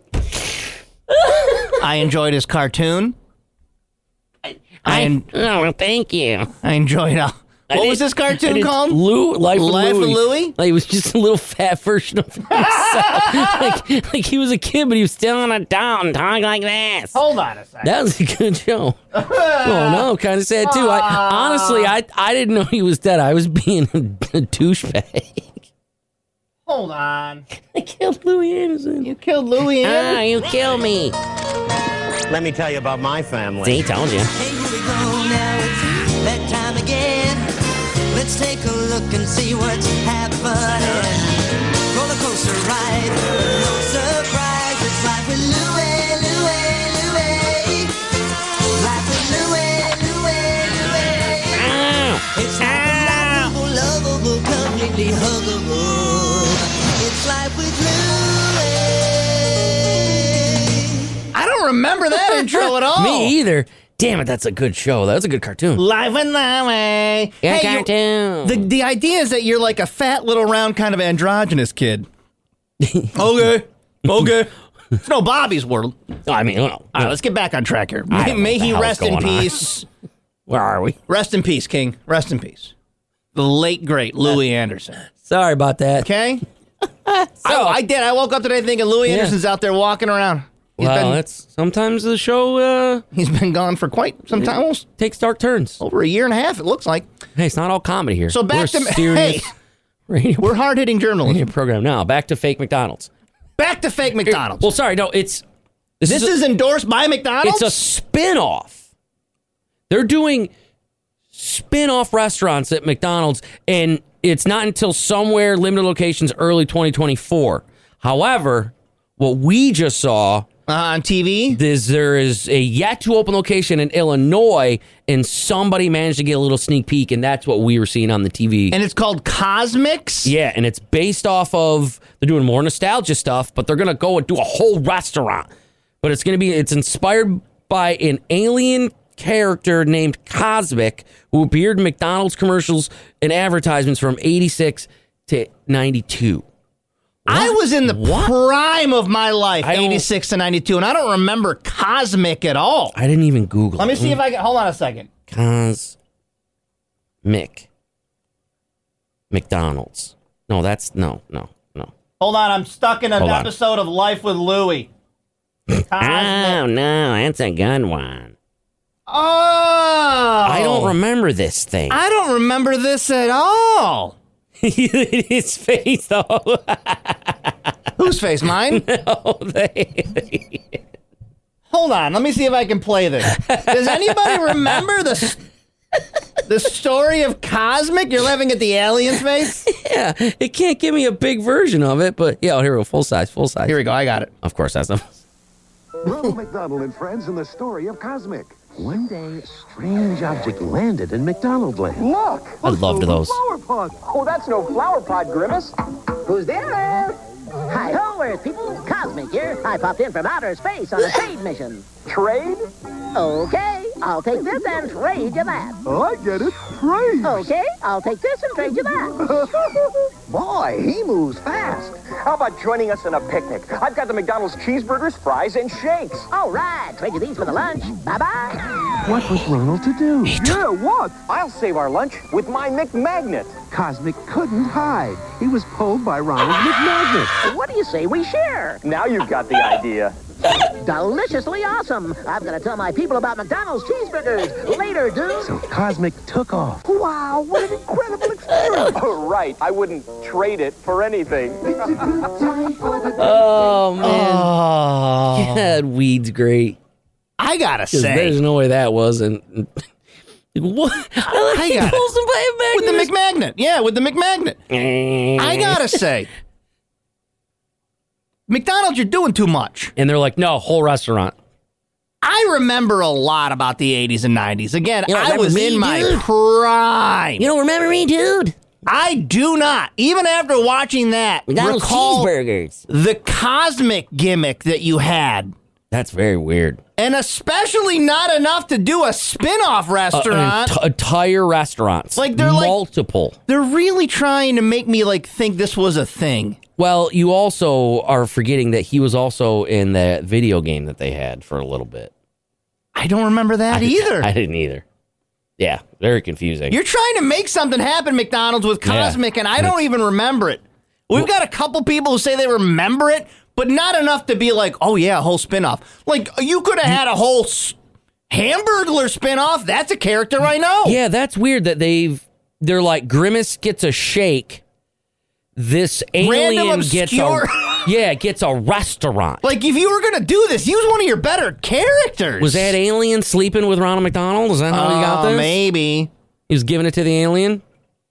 A: I enjoyed his cartoon. I en-
B: oh, thank you.
A: I enjoyed. Uh,
B: I
A: what was
B: did-
A: this
B: I
A: cartoon
B: did
A: called?
B: Lou, Life, of
A: Life of
B: Louie.
A: Louie?
B: Like, it was just a little fat version
A: <laughs>
B: of himself. like, like he was a kid, but he was still in a down talking like this.
A: Hold on a second.
B: That was a good show. oh no, kind of sad too. I honestly, I I didn't know he was dead. I was being a, douchebag.
A: Hold on.
B: <laughs> I killed Louis Anderson.
A: You killed Louis
B: ah,
A: Anderson.
B: you kill me.
G: Let me tell you about my family.
B: See, told you.
H: Hey, here we go now. It's that time again. Let's take a look and see what's happening. Roller coaster ride, but no surprise. It's life with Louie, Louie, Louie. Life with Louie, Louie, Louie.
B: Ow.
H: It's life, lovable, lovable, completely huggable. It's life with Louie.
A: I don't
B: <laughs>
A: remember that intro at all.
B: uh, Me either. Damn it, that's a good show. That was a good cartoon.
A: Live and Louie.
B: Yeah,
A: Hey, you-
B: cartoon.
A: The, the idea is that you're like a fat little round kind of
B: <laughs>
A: androgynous kid. okay. Okay. It's no Bobby's world. All
B: I mean, hold on.
A: right, let's get back on track here.
B: I
A: May,
B: don't know
A: may
B: what the
A: he
B: hell's
A: rest in
B: going on.
A: peace.
B: where are we?
A: Rest in peace, King. Rest in peace. The late great Louis
B: Uh,
A: Anderson.
B: Sorry about that.
A: Okay? I, I did. I woke up today thinking Louis
B: Yeah.
A: Anderson's out there walking around. He's
B: well,
A: been
B: that's sometimes the show uh,
A: he's been gone for quite some time, almost
B: takes dark turns.
A: over a year and a half, it looks like.
B: Hey, it's not all comedy here.
A: So back
B: We're
A: to
B: serious
A: <laughs> hey,
B: radio <laughs>
A: we're hard hitting journalism.
B: program now. Back to fake McDonald's.
A: Back to fake McDonald's.
B: Well, sorry, no, it's this, is,
A: this
B: a-
A: is endorsed by
B: it's
A: McDonald's.
B: a spin-off. They're doing spin-off restaurants at McDonald's and it's not until somewhere limited locations early 2024. However, what we just saw
A: uh, on TV.
B: is there is a yet to open location in Illinois and somebody managed to get a little sneak peek and that's what we were seeing on the TV.
A: and it's called Cosmics.
B: Yeah, and it's based off of they're doing more nostalgia stuff, but they're gonna go and do a whole restaurant. But it's gonna be it's inspired by an alien character named Cosmic who appeared in McDonald's commercials and advertisements from '86 to '92.
A: I was in the
B: What?
A: prime of my life,
B: I don't-
A: 86 to 92, and I don't remember Cosmic at all.
B: I didn't even Google.
A: Let me
B: it.
A: see if I can. Hold on a second.
B: Cosmic McDonald's. No, that's no, no, no.
A: Hold on. I'm stuck in an
B: Hold on.
A: episode of Life
B: <clears throat>
A: with Louie. Cosmic.
B: Oh no, that's a good one.
A: oh. I
B: I don't remember this thing.
A: Oh. I don't remember this at all.
B: <laughs> His face <laughs> though.
A: Whose face?
B: <laughs>
A: Mine?
B: Oh, they.
A: Hold on, let me see if I can play this. Does <laughs> anybody remember the s- the story of Cosmic? You're laughing at the alien's face.
B: Yeah, it can't give me a big version of it, but yeah, oh, here we go. Full size, full size.
A: Here we go. I got it.
B: Of course, that's not.
H: Ronald McDonald and friends in the story of Cosmic. One day, a strange object landed in McDonald Land. Look!
B: I loved those.
H: Oh, that's no flower pod, Grimace. Who's there? Hi, hoers, people. Cosmic here. I popped in from outer space on a trade mission. Trade? Okay, I'll take this and trade you that. I get it. Trade. Okay, I'll take this and trade you that. Boy, he moves fast. How about joining us in a picnic? I've got the McDonald's cheeseburgers, fries, and shakes. All right, trade you these for the lunch. Bye bye.
I: What was Ronald to do?
J: Yeah, what? I'll save our lunch with my McMagnet.
I: Cosmic couldn't hide. He was pulled by Ronald McMagnet.
H: What do you say we share?
J: Now you've got the idea.
H: Deliciously awesome. I've got to tell my people about McDonald's cheeseburgers later, dude.
I: So Cosmic took off.
H: Wow, what an incredible
J: <laughs>
H: experience.
J: Oh, right. I wouldn't trade it for anything.
B: Oh <laughs> man, God, weed's great.
A: Oh, I gotta
B: 'Cause
A: say.
B: there's no way that wasn't. <laughs> what? I like
A: I
B: he
A: got
B: pulls him by a
A: With the McMagnet. Yeah, with the McMagnet.
B: magnet.
K: Mm-hmm.
A: I
K: <laughs>
A: gotta say, McDonald's, you're doing too much.
B: and they're like, no, whole restaurant.
A: I remember a lot about the 80s and 90s. Again,
K: You know,
A: I
K: remember
A: was
K: me,
A: in my
K: dude?
A: prime.
K: You don't remember me, dude?
A: I do not, even after watching that,
K: McDonald's
A: recall
K: cheeseburgers.
A: the cosmic gimmick that you had.
B: That's very weird.
A: And especially not enough to do a spin-off
B: Uh, an
A: restaurant.
B: ent- entire restaurants.
A: Like, they're like-
B: multiple.
A: They're really trying to make me like think this was a thing.
B: Well, you also are forgetting that he was also in that video game that they had for a little bit.
A: I don't remember that either.
B: I didn't either. Yeah, very confusing.
A: You're trying to make something happen, McDonald's, with
B: Yeah.
A: Cosmic, and I don't even remember it. We've got a couple people who say they remember it, but not enough to be like, oh, yeah, a whole spinoff. Like, you could have had a whole s- hamburglar spinoff. That's a character I know.
B: yeah, that's weird that they've they're like Grimace gets a shake. This
A: Random
B: alien gets
A: obscure-
B: a <laughs> yeah gets a restaurant.
A: Like, if you were going to do this, use one of your better characters.
B: Was that alien sleeping with Ronald McDonald? Is that how he got
A: Oh,
B: this?
A: Maybe.
B: He was giving it to the alien.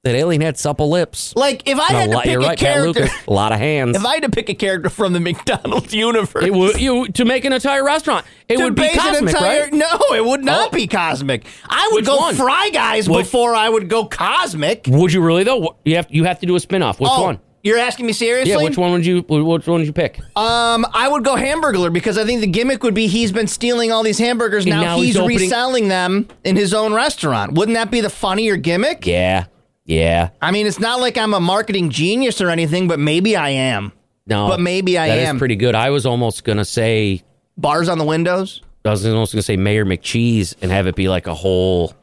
B: That alien had supple lips.
A: Like, if I
B: And
A: had
B: a
A: to
B: lot,
A: pick
B: you're
A: a
B: right, Pat
A: character. <laughs>
B: Lucas. A lot of hands.
A: If I had to pick a character from the <laughs> McDonald's universe,
B: It would you to make an entire restaurant. It
A: to
B: would be
A: base an
B: cosmic,
A: entire- <laughs>
B: right?
A: No, it would
B: Oh.
A: not be cosmic. I would
B: Which
A: go
B: one?
A: Fry Guys
B: Which-
A: before I would go cosmic.
B: Would you really though? What- You have you have to do a spinoff. Which
A: Oh,
B: one?
A: You're asking me seriously?
B: Yeah, which one would you which one would you pick?
A: Um, I would go Hamburglar because I think the gimmick would be he's been stealing all these hamburgers.
B: And
A: Now,
B: now
A: he's,
B: he's opening-
A: reselling them in his own restaurant. Wouldn't that be the funnier gimmick?
B: Yeah. Yeah.
A: I mean, it's not like I'm a marketing genius or anything, but maybe I am.
B: No.
A: But maybe I
B: That
A: am.
B: is pretty good. I was almost gonna say
A: Bars on the windows.
B: I was almost gonna say Mayor McCheese and have it be like a whole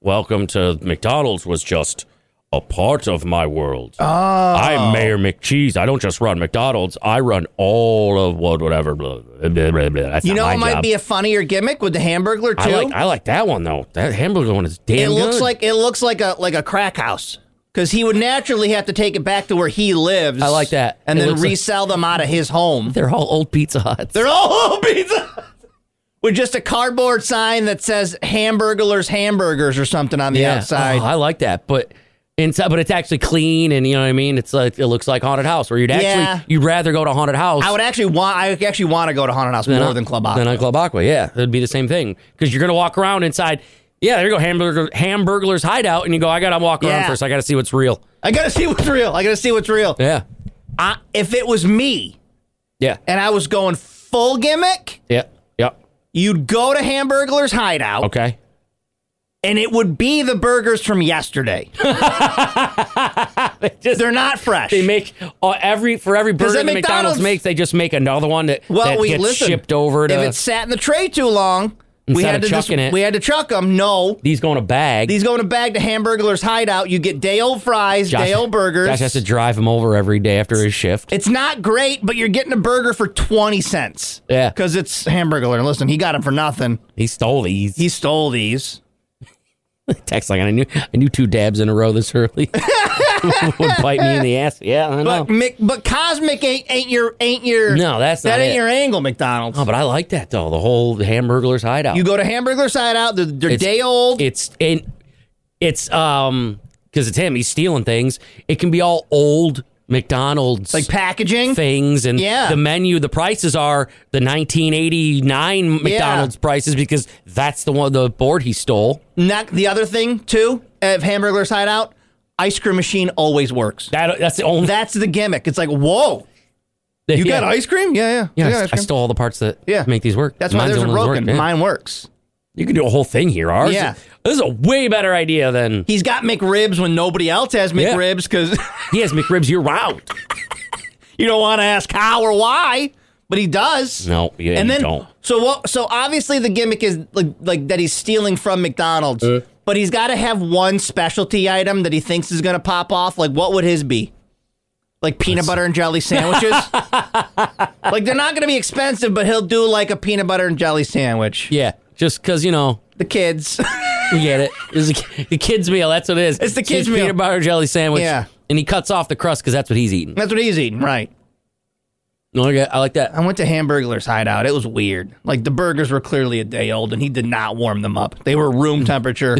B: welcome to McDonald's was just a part of my
A: Oh.
B: world. I'm Mayor McCheese. I don't just run McDonald's. I run all of what whatever. Blah, blah, blah, blah, blah. That's
A: You
B: not
A: know,
B: my
A: it might
B: job.
A: be a funnier gimmick with the Hamburglar
B: I
A: too.
B: like I like that one though. That hamburger one is damn
A: it looks
B: good.
A: like it looks like a like a crack house because he would naturally have to take it back to where he lives.
B: I like that.
A: and
B: It
A: then
B: looks like-
A: resell them out of his home.
B: they're all old Pizza Huts.
A: They're all <laughs> pizza Hut with just a cardboard sign that says "Hamburglers Hamburgers" or something on the outside.
B: Oh, I like that, but inside, but it's actually clean, and you know what I mean. It's like it looks like haunted house, where you'd actually
A: Yeah.
B: you'd rather go to haunted house.
A: I would actually want. I actually want to go to haunted house more than Club Aqua.
B: Then on Club Aqua, yeah, it'd be the same thing because you're gonna walk around inside. Yeah, there you go, hamburger, hamburglar's hideout, and you go. I gotta walk around
A: Yeah.
B: first. I gotta see what's real.
A: I gotta see what's real. I gotta see what's real.
B: Yeah,
A: I, if it was me
B: yeah,
A: and I was going full gimmick,
B: yeah, yeah.
A: you'd go to Hamburglar's hideout.
B: Okay.
A: and it would be the burgers from
B: <laughs>
A: yesterday. They're not fresh.
B: They make uh, every for every burger
A: at
B: that McDonald's,
A: McDonald's-
B: makes, they just make another one that,
A: well,
B: that
A: we
B: gets
A: listen.
B: shipped over to.
A: if it sat in the tray too long, we
B: Instead
A: had to
B: of
A: just,
B: chucking it.
A: we had to chuck them. No,
B: these go in a bag.
A: these go in a bag to Hamburglar's Hideout. You get day old fries, day old burgers.
B: Josh has to drive him over every day after his shift.
A: it's not great, but you're getting a burger for twenty cents.
B: Yeah.
A: because it's Hamburglar. Listen, he got them for nothing.
B: He stole these.
A: He stole these.
B: <laughs> Text like I knew I knew two dabs in a row this
A: <laughs>
B: early would bite me in the ass. Yeah, I know.
A: But Mc, but Cosmic ain't ain't your ain't your
B: No, that's
A: that
B: not
A: ain't
B: it.
A: your angle, McDonald's.
B: oh, but I like that though. The whole hamburglar's hideout.
A: You go to Hamburglar's Hideout. They're, they're
B: It's-
A: day old.
B: It's it, it's um because it's him. He's stealing things. It can be all old McDonald's
A: like packaging.
B: things and
A: Yeah.
B: the menu. The prices are the 1989
A: Yeah.
B: McDonald's prices because that's the one the board he stole.
A: Not the other thing too. If Hamburglar's Hideout, ice cream machine always works.
B: That that's the only.
A: That's the gimmick. It's like whoa, you got
B: Yeah.
A: ice cream? Yeah, yeah.
B: Yeah,
A: I
B: I,
A: got
B: I
A: ice cream.
B: stole all the parts that
A: Yeah.
B: make these work.
A: That's why
B: Mine's
A: there's
B: the
A: a
B: only ones that
A: broken.
B: work, yeah.
A: Mine works.
B: You can do a whole thing here, ours.
A: Yeah.
B: This is a way better idea than
A: He's got McRibs when nobody else has
B: Yeah.
A: McRibs because
B: he has McRibs year round.
A: you don't want to ask how or why. but he does.
B: No, you
A: and then
B: don't.
A: so what? So obviously the gimmick is like, like that he's stealing from McDonald's, but he's got to have one specialty item that he thinks is going to pop off. Like what would his be? Like peanut butter and jelly sandwiches.
B: <laughs>
A: like they're not going to be expensive, but he'll do like a peanut butter and jelly sandwich.
B: Yeah, just because you know
A: the kids. <laughs>
B: you get it. It's the ki- the kids' meal. That's what it is.
A: It's the
B: So
A: kids' meal.
B: Peanut butter jelly sandwich.
A: Yeah.
B: and he cuts off the crust because that's what he's eating.
A: That's what he's eating, right?
B: No, I got- I like that.
A: I went to Hamburglar's hideout. It was weird. Like the burgers were clearly a day old, and he did not warm them up. They were
B: <laughs>
A: room temperature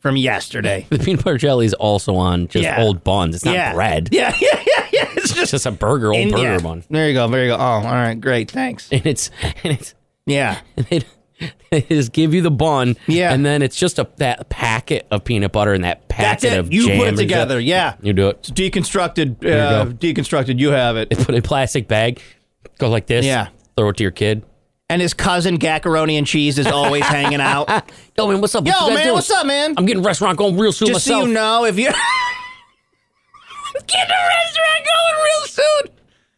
A: from yesterday.
B: The peanut butter jelly is also on just
A: Yeah.
B: old buns. It's not
A: Yeah.
B: bread.
A: <laughs> Yeah, yeah, yeah, yeah. It's
B: It's
A: just
B: just a burger, old
A: in-
B: burger
A: yeah.
B: bun.
A: There you go. There you go. Oh, all right, great.
B: <laughs>
A: Thanks.
B: And it's and it's
A: Yeah,
B: and they, <laughs> they just give you the bun.
A: Yeah.
B: and then it's just a that packet of peanut butter and that
A: that's
B: packet
A: it.
B: of
A: You
B: jam
A: put it
B: is
A: together. Yeah,
B: You do it.
A: it's deconstructed.
B: There
A: uh,
B: you go.
A: deconstructed. You have it.
B: Put it in a plastic bag. Go like this.
A: Yeah.
B: Throw it to your kid.
A: And his cousin Gacaroni and Cheese is always hanging out.
B: Yo man, what's up? <laughs> What you
A: Yo,
B: guys
A: man,
B: doing?
A: what's up, man?
B: I'm getting restaurant going real soon
A: Just
B: myself.
A: so you know, if you <laughs> get the restaurant going real soon,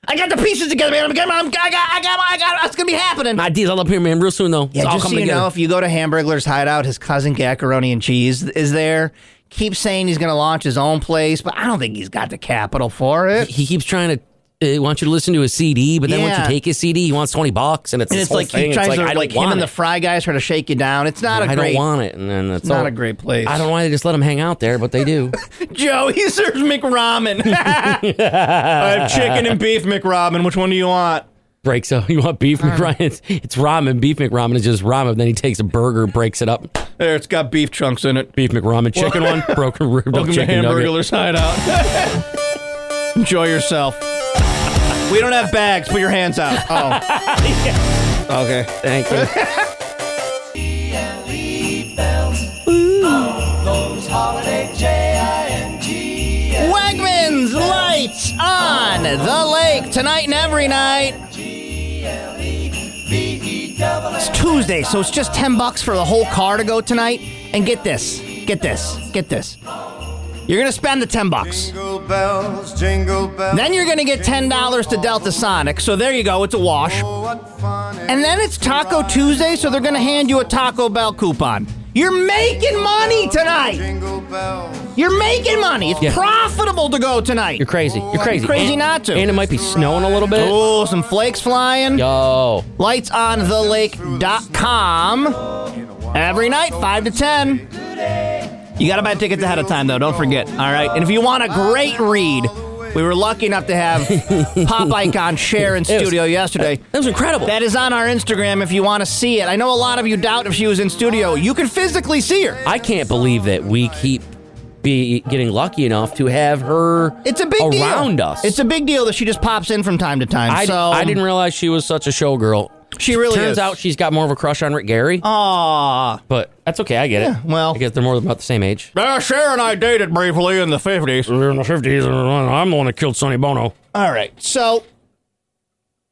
A: I got the pieces together, man. I'm, I'm, I got, I got, I got. It's gonna be happening.
B: My ideas all up here, man. Real soon though.
A: yeah,
B: it's all
A: just so you
B: coming together.
A: know, if you go to Hamburglar's Hideout, his cousin Gacaroni and Cheese is there. Keeps saying he's gonna launch his own place, but I don't think he's got the capital for it.
B: he keeps trying to uh, want you to listen to his CD, but then once you
A: Yeah.
B: take his CD, he wants twenty bucks, and it's
A: And
B: this
A: it's
B: whole
A: like
B: thing.
A: he
B: It's
A: tries
B: like,
A: to
B: I don't
A: like him
B: want
A: and
B: it.
A: the Fry guys try to shake you down. It's not a
B: I
A: great.
B: don't
A: <laughs>
B: want it, and then it's
A: not
B: all-
A: a great place.
B: I don't know why they just let him hang out there, but they
A: <laughs>
B: do.
A: Joe, he serves
B: <laughs>
A: McRamen. I have chicken and beef McRamen. Which one do you want?
B: breaks up. <laughs> You want beef McRamen? It's, it's ramen. Beef McRamen is just ramen. Then he takes a burger, breaks it up.
A: There, it's got beef chunks in it.
B: Beef McRamen, chicken
A: <laughs>
B: one, broken rib,
A: Welcome to
B: chicken nugget.
A: Hamburglar's Hideout. <laughs> Enjoy yourself. We don't have bags. Put your hands out. Oh. Okay.
B: Thank you.
A: Wegmans lights on the lake tonight and every night. It's Tuesday, so it's just 10 bucks for the whole car to go tonight. And get this, get this, get this. You're going to spend the 10 bucks.
K: Jingle bells, jingle bells.
A: Then you're going to get $10 to Delta Sonic. So there you go, it's a wash.
K: Oh,
A: And then it's Taco Tuesday, so they're going to hand you a Taco Bell coupon. You're making money tonight.
K: Jingle bells.
A: You're making money. It's
B: Yeah.
A: profitable to go tonight.
B: You're crazy. You're crazy.
A: Crazy
B: and,
A: not to.
B: And it might be snowing a little bit.
A: Oh, some flakes flying.
B: Yo,
A: Lights on the lake.com. Every night, 5 to 10. You got to buy tickets ahead of time, though. Don't forget. All right. And if you want a great read, we were lucky enough
B: <laughs>
A: to have Pop Icon share in
B: was-
A: studio yesterday.
B: that was incredible.
A: That is on our Instagram if you want to see it. I know a lot of you doubt if she was in studio. You can physically see her.
B: I can't believe that we keep be getting lucky enough to have her.
A: It's a big deal.
B: around us.
A: It's a big deal that she just pops in from time to time.
B: I,
A: so
B: I didn't realize she was such a showgirl.
A: She really
B: turns
A: is.
B: out she's got more of a crush on Rick Gary,
A: Aw.
B: but that's okay. I get it.
A: well.
B: I guess they're more about the same age.
A: Uh, Cher and I dated briefly in the 50s.
B: We're in the fifties. I'm the one that killed Sonny Bono.
A: All right, so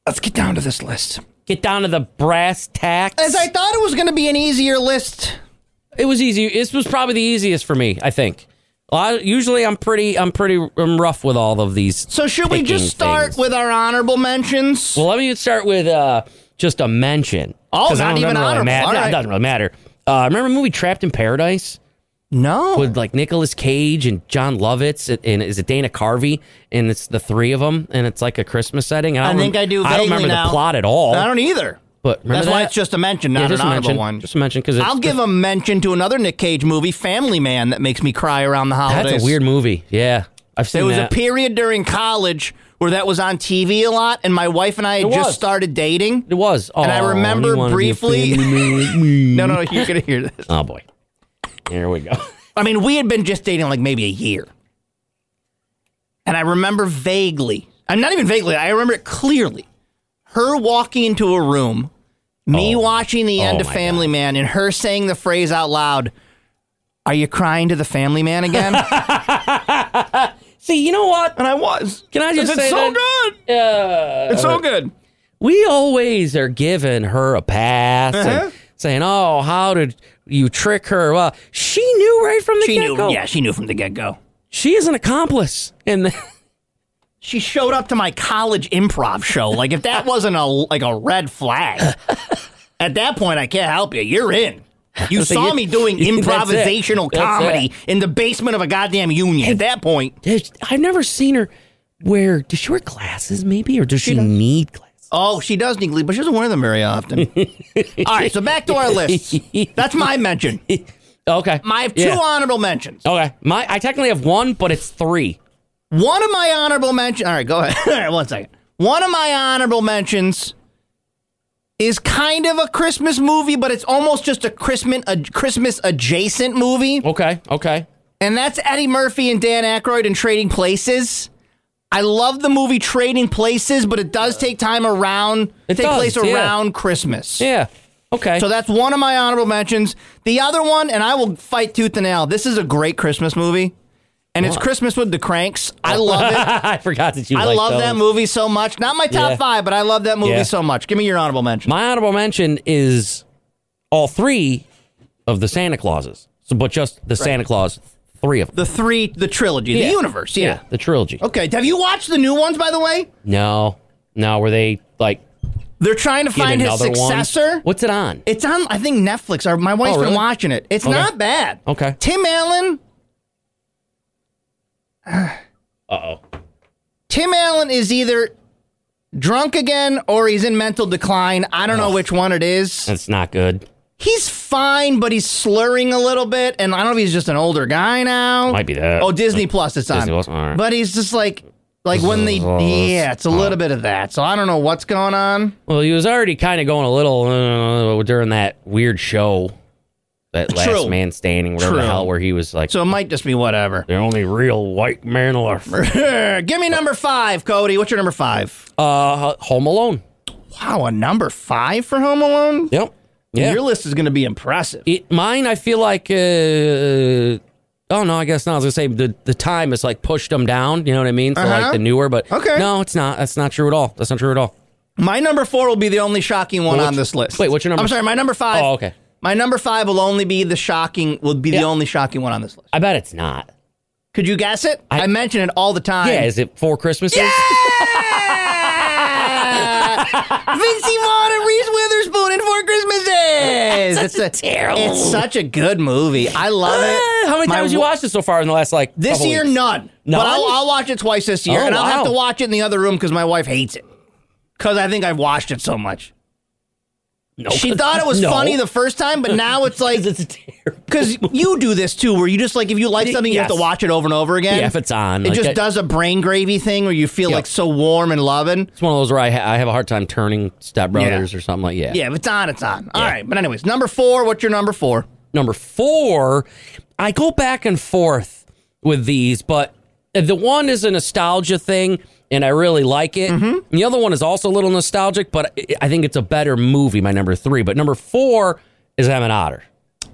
A: let's get down to this list.
B: Get down to the brass tacks.
A: As I thought it was going to be an easier list.
B: it was easy. This was probably the easiest for me. I think. A lot- usually, I'm pretty. I'm pretty. I'm rough with all of these.
A: So should we
B: picking
A: just start
B: things.
A: with our honorable mentions?
B: Well, let me start with uh, just a mention.
A: Oh,
B: 'Cause I
A: not
B: don't-
A: even
B: doesn't
A: honorable.
B: Really matter.
A: All
B: No,
A: right.
B: It doesn't really matter. Uh, remember the movie Trapped in Paradise
A: no.
B: with like Nicolas Cage and John Lovitz and, and is it Dana Carvey and it's the three of them and it's like a Christmas setting. And
A: I
B: don't
A: think
B: rem-
A: I do.
B: I don't
A: vaguely
B: remember
A: now.
B: the plot at all.
A: I don't either.
B: But remember
A: That's why
B: that?
A: it's just a mention, not
B: Yeah, just
A: an
B: a
A: honorable
B: mention.
A: one.
B: Just a mention because
A: I'll give a mention to another Nick Cage movie, Family Man, that makes me cry around the holidays.
B: That's a weird movie. Yeah, I've seen
A: There was
B: that.
A: a period during college where that was on TV a lot, and my wife and I had
B: It
A: just
B: was.
A: started dating.
B: it was. Oh,
A: And I remember
B: you wanna be a
A: briefly-
B: family man with me.
A: <laughs> No, no, you're gonna hear this.
B: Oh boy, here we go. <laughs>
A: I mean, we had been just dating like maybe a year. And I remember vaguely, I'm not even vaguely, I remember it clearly. Her walking into a room, me
B: Oh.
A: watching the end
B: Oh,
A: of
B: my
A: Family Man, and her saying the phrase out loud, Are you crying to the Family
B: <laughs>
A: Man again? and
B: See, you know what?
A: I was.
B: Can I just
A: It's
B: say
A: so
B: that-
A: good.
B: Uh,
A: It's so good.
B: we always are giving her a pass
A: Uh-huh.
B: and saying, "Oh, how did you trick her?" Well, she knew right from the
A: She
B: get
A: knew,
B: go.
A: yeah, she knew from the get go.
B: <laughs> She is an accomplice, and
A: She showed up to my college improv show. Like if that wasn't a like a red <laughs> flag. At that point, I can't help you. You're in. You saw
B: You-
A: me <laughs> doing
B: that's it.
A: improvisational
B: That's
A: comedy
B: it.
A: in the basement of a goddamn union. At that point,
B: I've never seen her wear. Does she wear glasses, maybe, or does she, need
A: <laughs>
B: glasses?
A: Oh, she does need glasses, but she doesn't wear them very often. <laughs> All right, so back to our <laughs> list. That's my mention.
B: Okay,
A: I have two
B: Yeah.
A: honorable mentions.
B: Okay, my I technically have one, but it's three.
A: One of my honorable mentions. All right, go ahead. <laughs> All right, one second. One of my honorable mentions is kind of a Christmas movie, but it's almost just a Christmas a Christmas adjacent movie.
B: Okay, okay.
A: And that's Eddie Murphy and Dan Aykroyd in Trading Places. I love the movie Trading Places, but it does take time around
B: It
A: take
B: does,
A: place
B: yeah.
A: around Christmas.
B: Yeah. Okay.
A: So that's one of my honorable mentions. The other one, and I will fight tooth and nail. This is a great Christmas movie, and it's Christmas with the Cranks. I love
B: <laughs>
A: it.
B: I forgot that you.
A: I
B: liked
A: love that
B: those.
A: movie so much. Not my top
B: Yeah.
A: five, but I love that movie
B: Yeah.
A: so much. Give me your honorable mention.
B: My honorable mention is all three of the Santa Clauses, so, but just the Santa Claus, three of them.
A: The three, the trilogy,
B: Yeah.
A: the universe. Yeah.
B: the trilogy.
A: Okay. Have you watched the new ones? By the way,
B: No, no, were they like
A: they're trying to
B: get
A: find his
B: another one?
A: successor.
B: What's it on?
A: It's on. I think Netflix. Or my wife's
B: Oh, really?
A: been watching it. It's
B: Okay.
A: not bad.
B: Okay.
A: Tim
B: <sighs>
A: Allen.
B: Uh oh.
A: Tim Allen is either drunk again or he's in mental decline. I don't know which one it is.
B: That's not good.
A: He's fine, but he's slurring a little bit, and I don't know if he's just an older guy now.
B: Might be that.
A: Oh, Disney Plus, it's on.
B: Disney Plus, all right.
A: But he's just like, like when they, yeah, it's a little bit of that. So I don't know what's going on.
B: Well, he was already kind of going a little uh, during that weird show, that last
A: True.
B: man standing, whatever
A: True.
B: the hell, where he was like,
A: So it might just be whatever. <laughs>
B: the only real white man left.
A: Give me number five, Cody. What's your number five?
B: Uh, Home Alone.
A: Wow, a number five for Home Alone.
B: Yep. Yeah.
A: Your list is going to be impressive.
B: It mine. I feel like. Uh, oh no, I guess not. I was gonna say the the time is like pushed them down. You know what I mean? So
A: Uh-huh.
B: like the newer, but
A: Okay.
B: No, it's not. That's not true at all. That's not true at all.
A: My number four will be the only shocking one
B: Well, what's-
A: on this list.
B: wait, what's your number-
A: I'm sorry, my number five.
B: Oh, okay.
A: My number five will only be the shocking. Will be
B: Yeah.
A: the only shocking one on this list.
B: I bet it's not.
A: Could you guess it? I, mention it all the time.
B: yeah. Is it four Christmases?
A: Vincy E. Vaughn and Reese Witherspoon in Four Christmases.
B: That's
A: it's
B: such a terrible-
A: It's such a good movie. I love
B: Eh,
A: it.
B: How many
A: My
B: times you
A: wa-
B: watched it so far in the last like
A: This
B: couple
A: year,
B: weeks?
A: none.
B: None?
A: But I'll, I'll watch it twice this year,
B: Oh,
A: and I'll have
B: wow.
A: to watch it in the other room because my wife hates it. Because I think I've watched it so much.
B: No,
A: She thought it was
B: <laughs> No.
A: funny the first time, but now
B: <laughs>
A: it's like
B: it's a
A: <laughs>
B: terrible. <laughs>
A: because you do this too, where you just like if you like something, you have
B: Yes.
A: to watch it over and over again.
B: Yeah, if it's on,
A: it
B: like,
A: just
B: I-
A: does a brain gravy thing where you feel
B: Yeah.
A: like so warm and loving.
B: It's one of those where I, ha- I have a hard time turning Step Brothers or something like yeah.
A: Yeah, if it's on, it's on. All right, but anyways, number four. What's your number four?
B: Number four, I go back and forth with these, but the one is a nostalgia thing, and I really like it.
A: Mm-hmm.
B: And the other one is also a little nostalgic, but I- I think it's a better movie. My number three, but number four is Emmett Otter.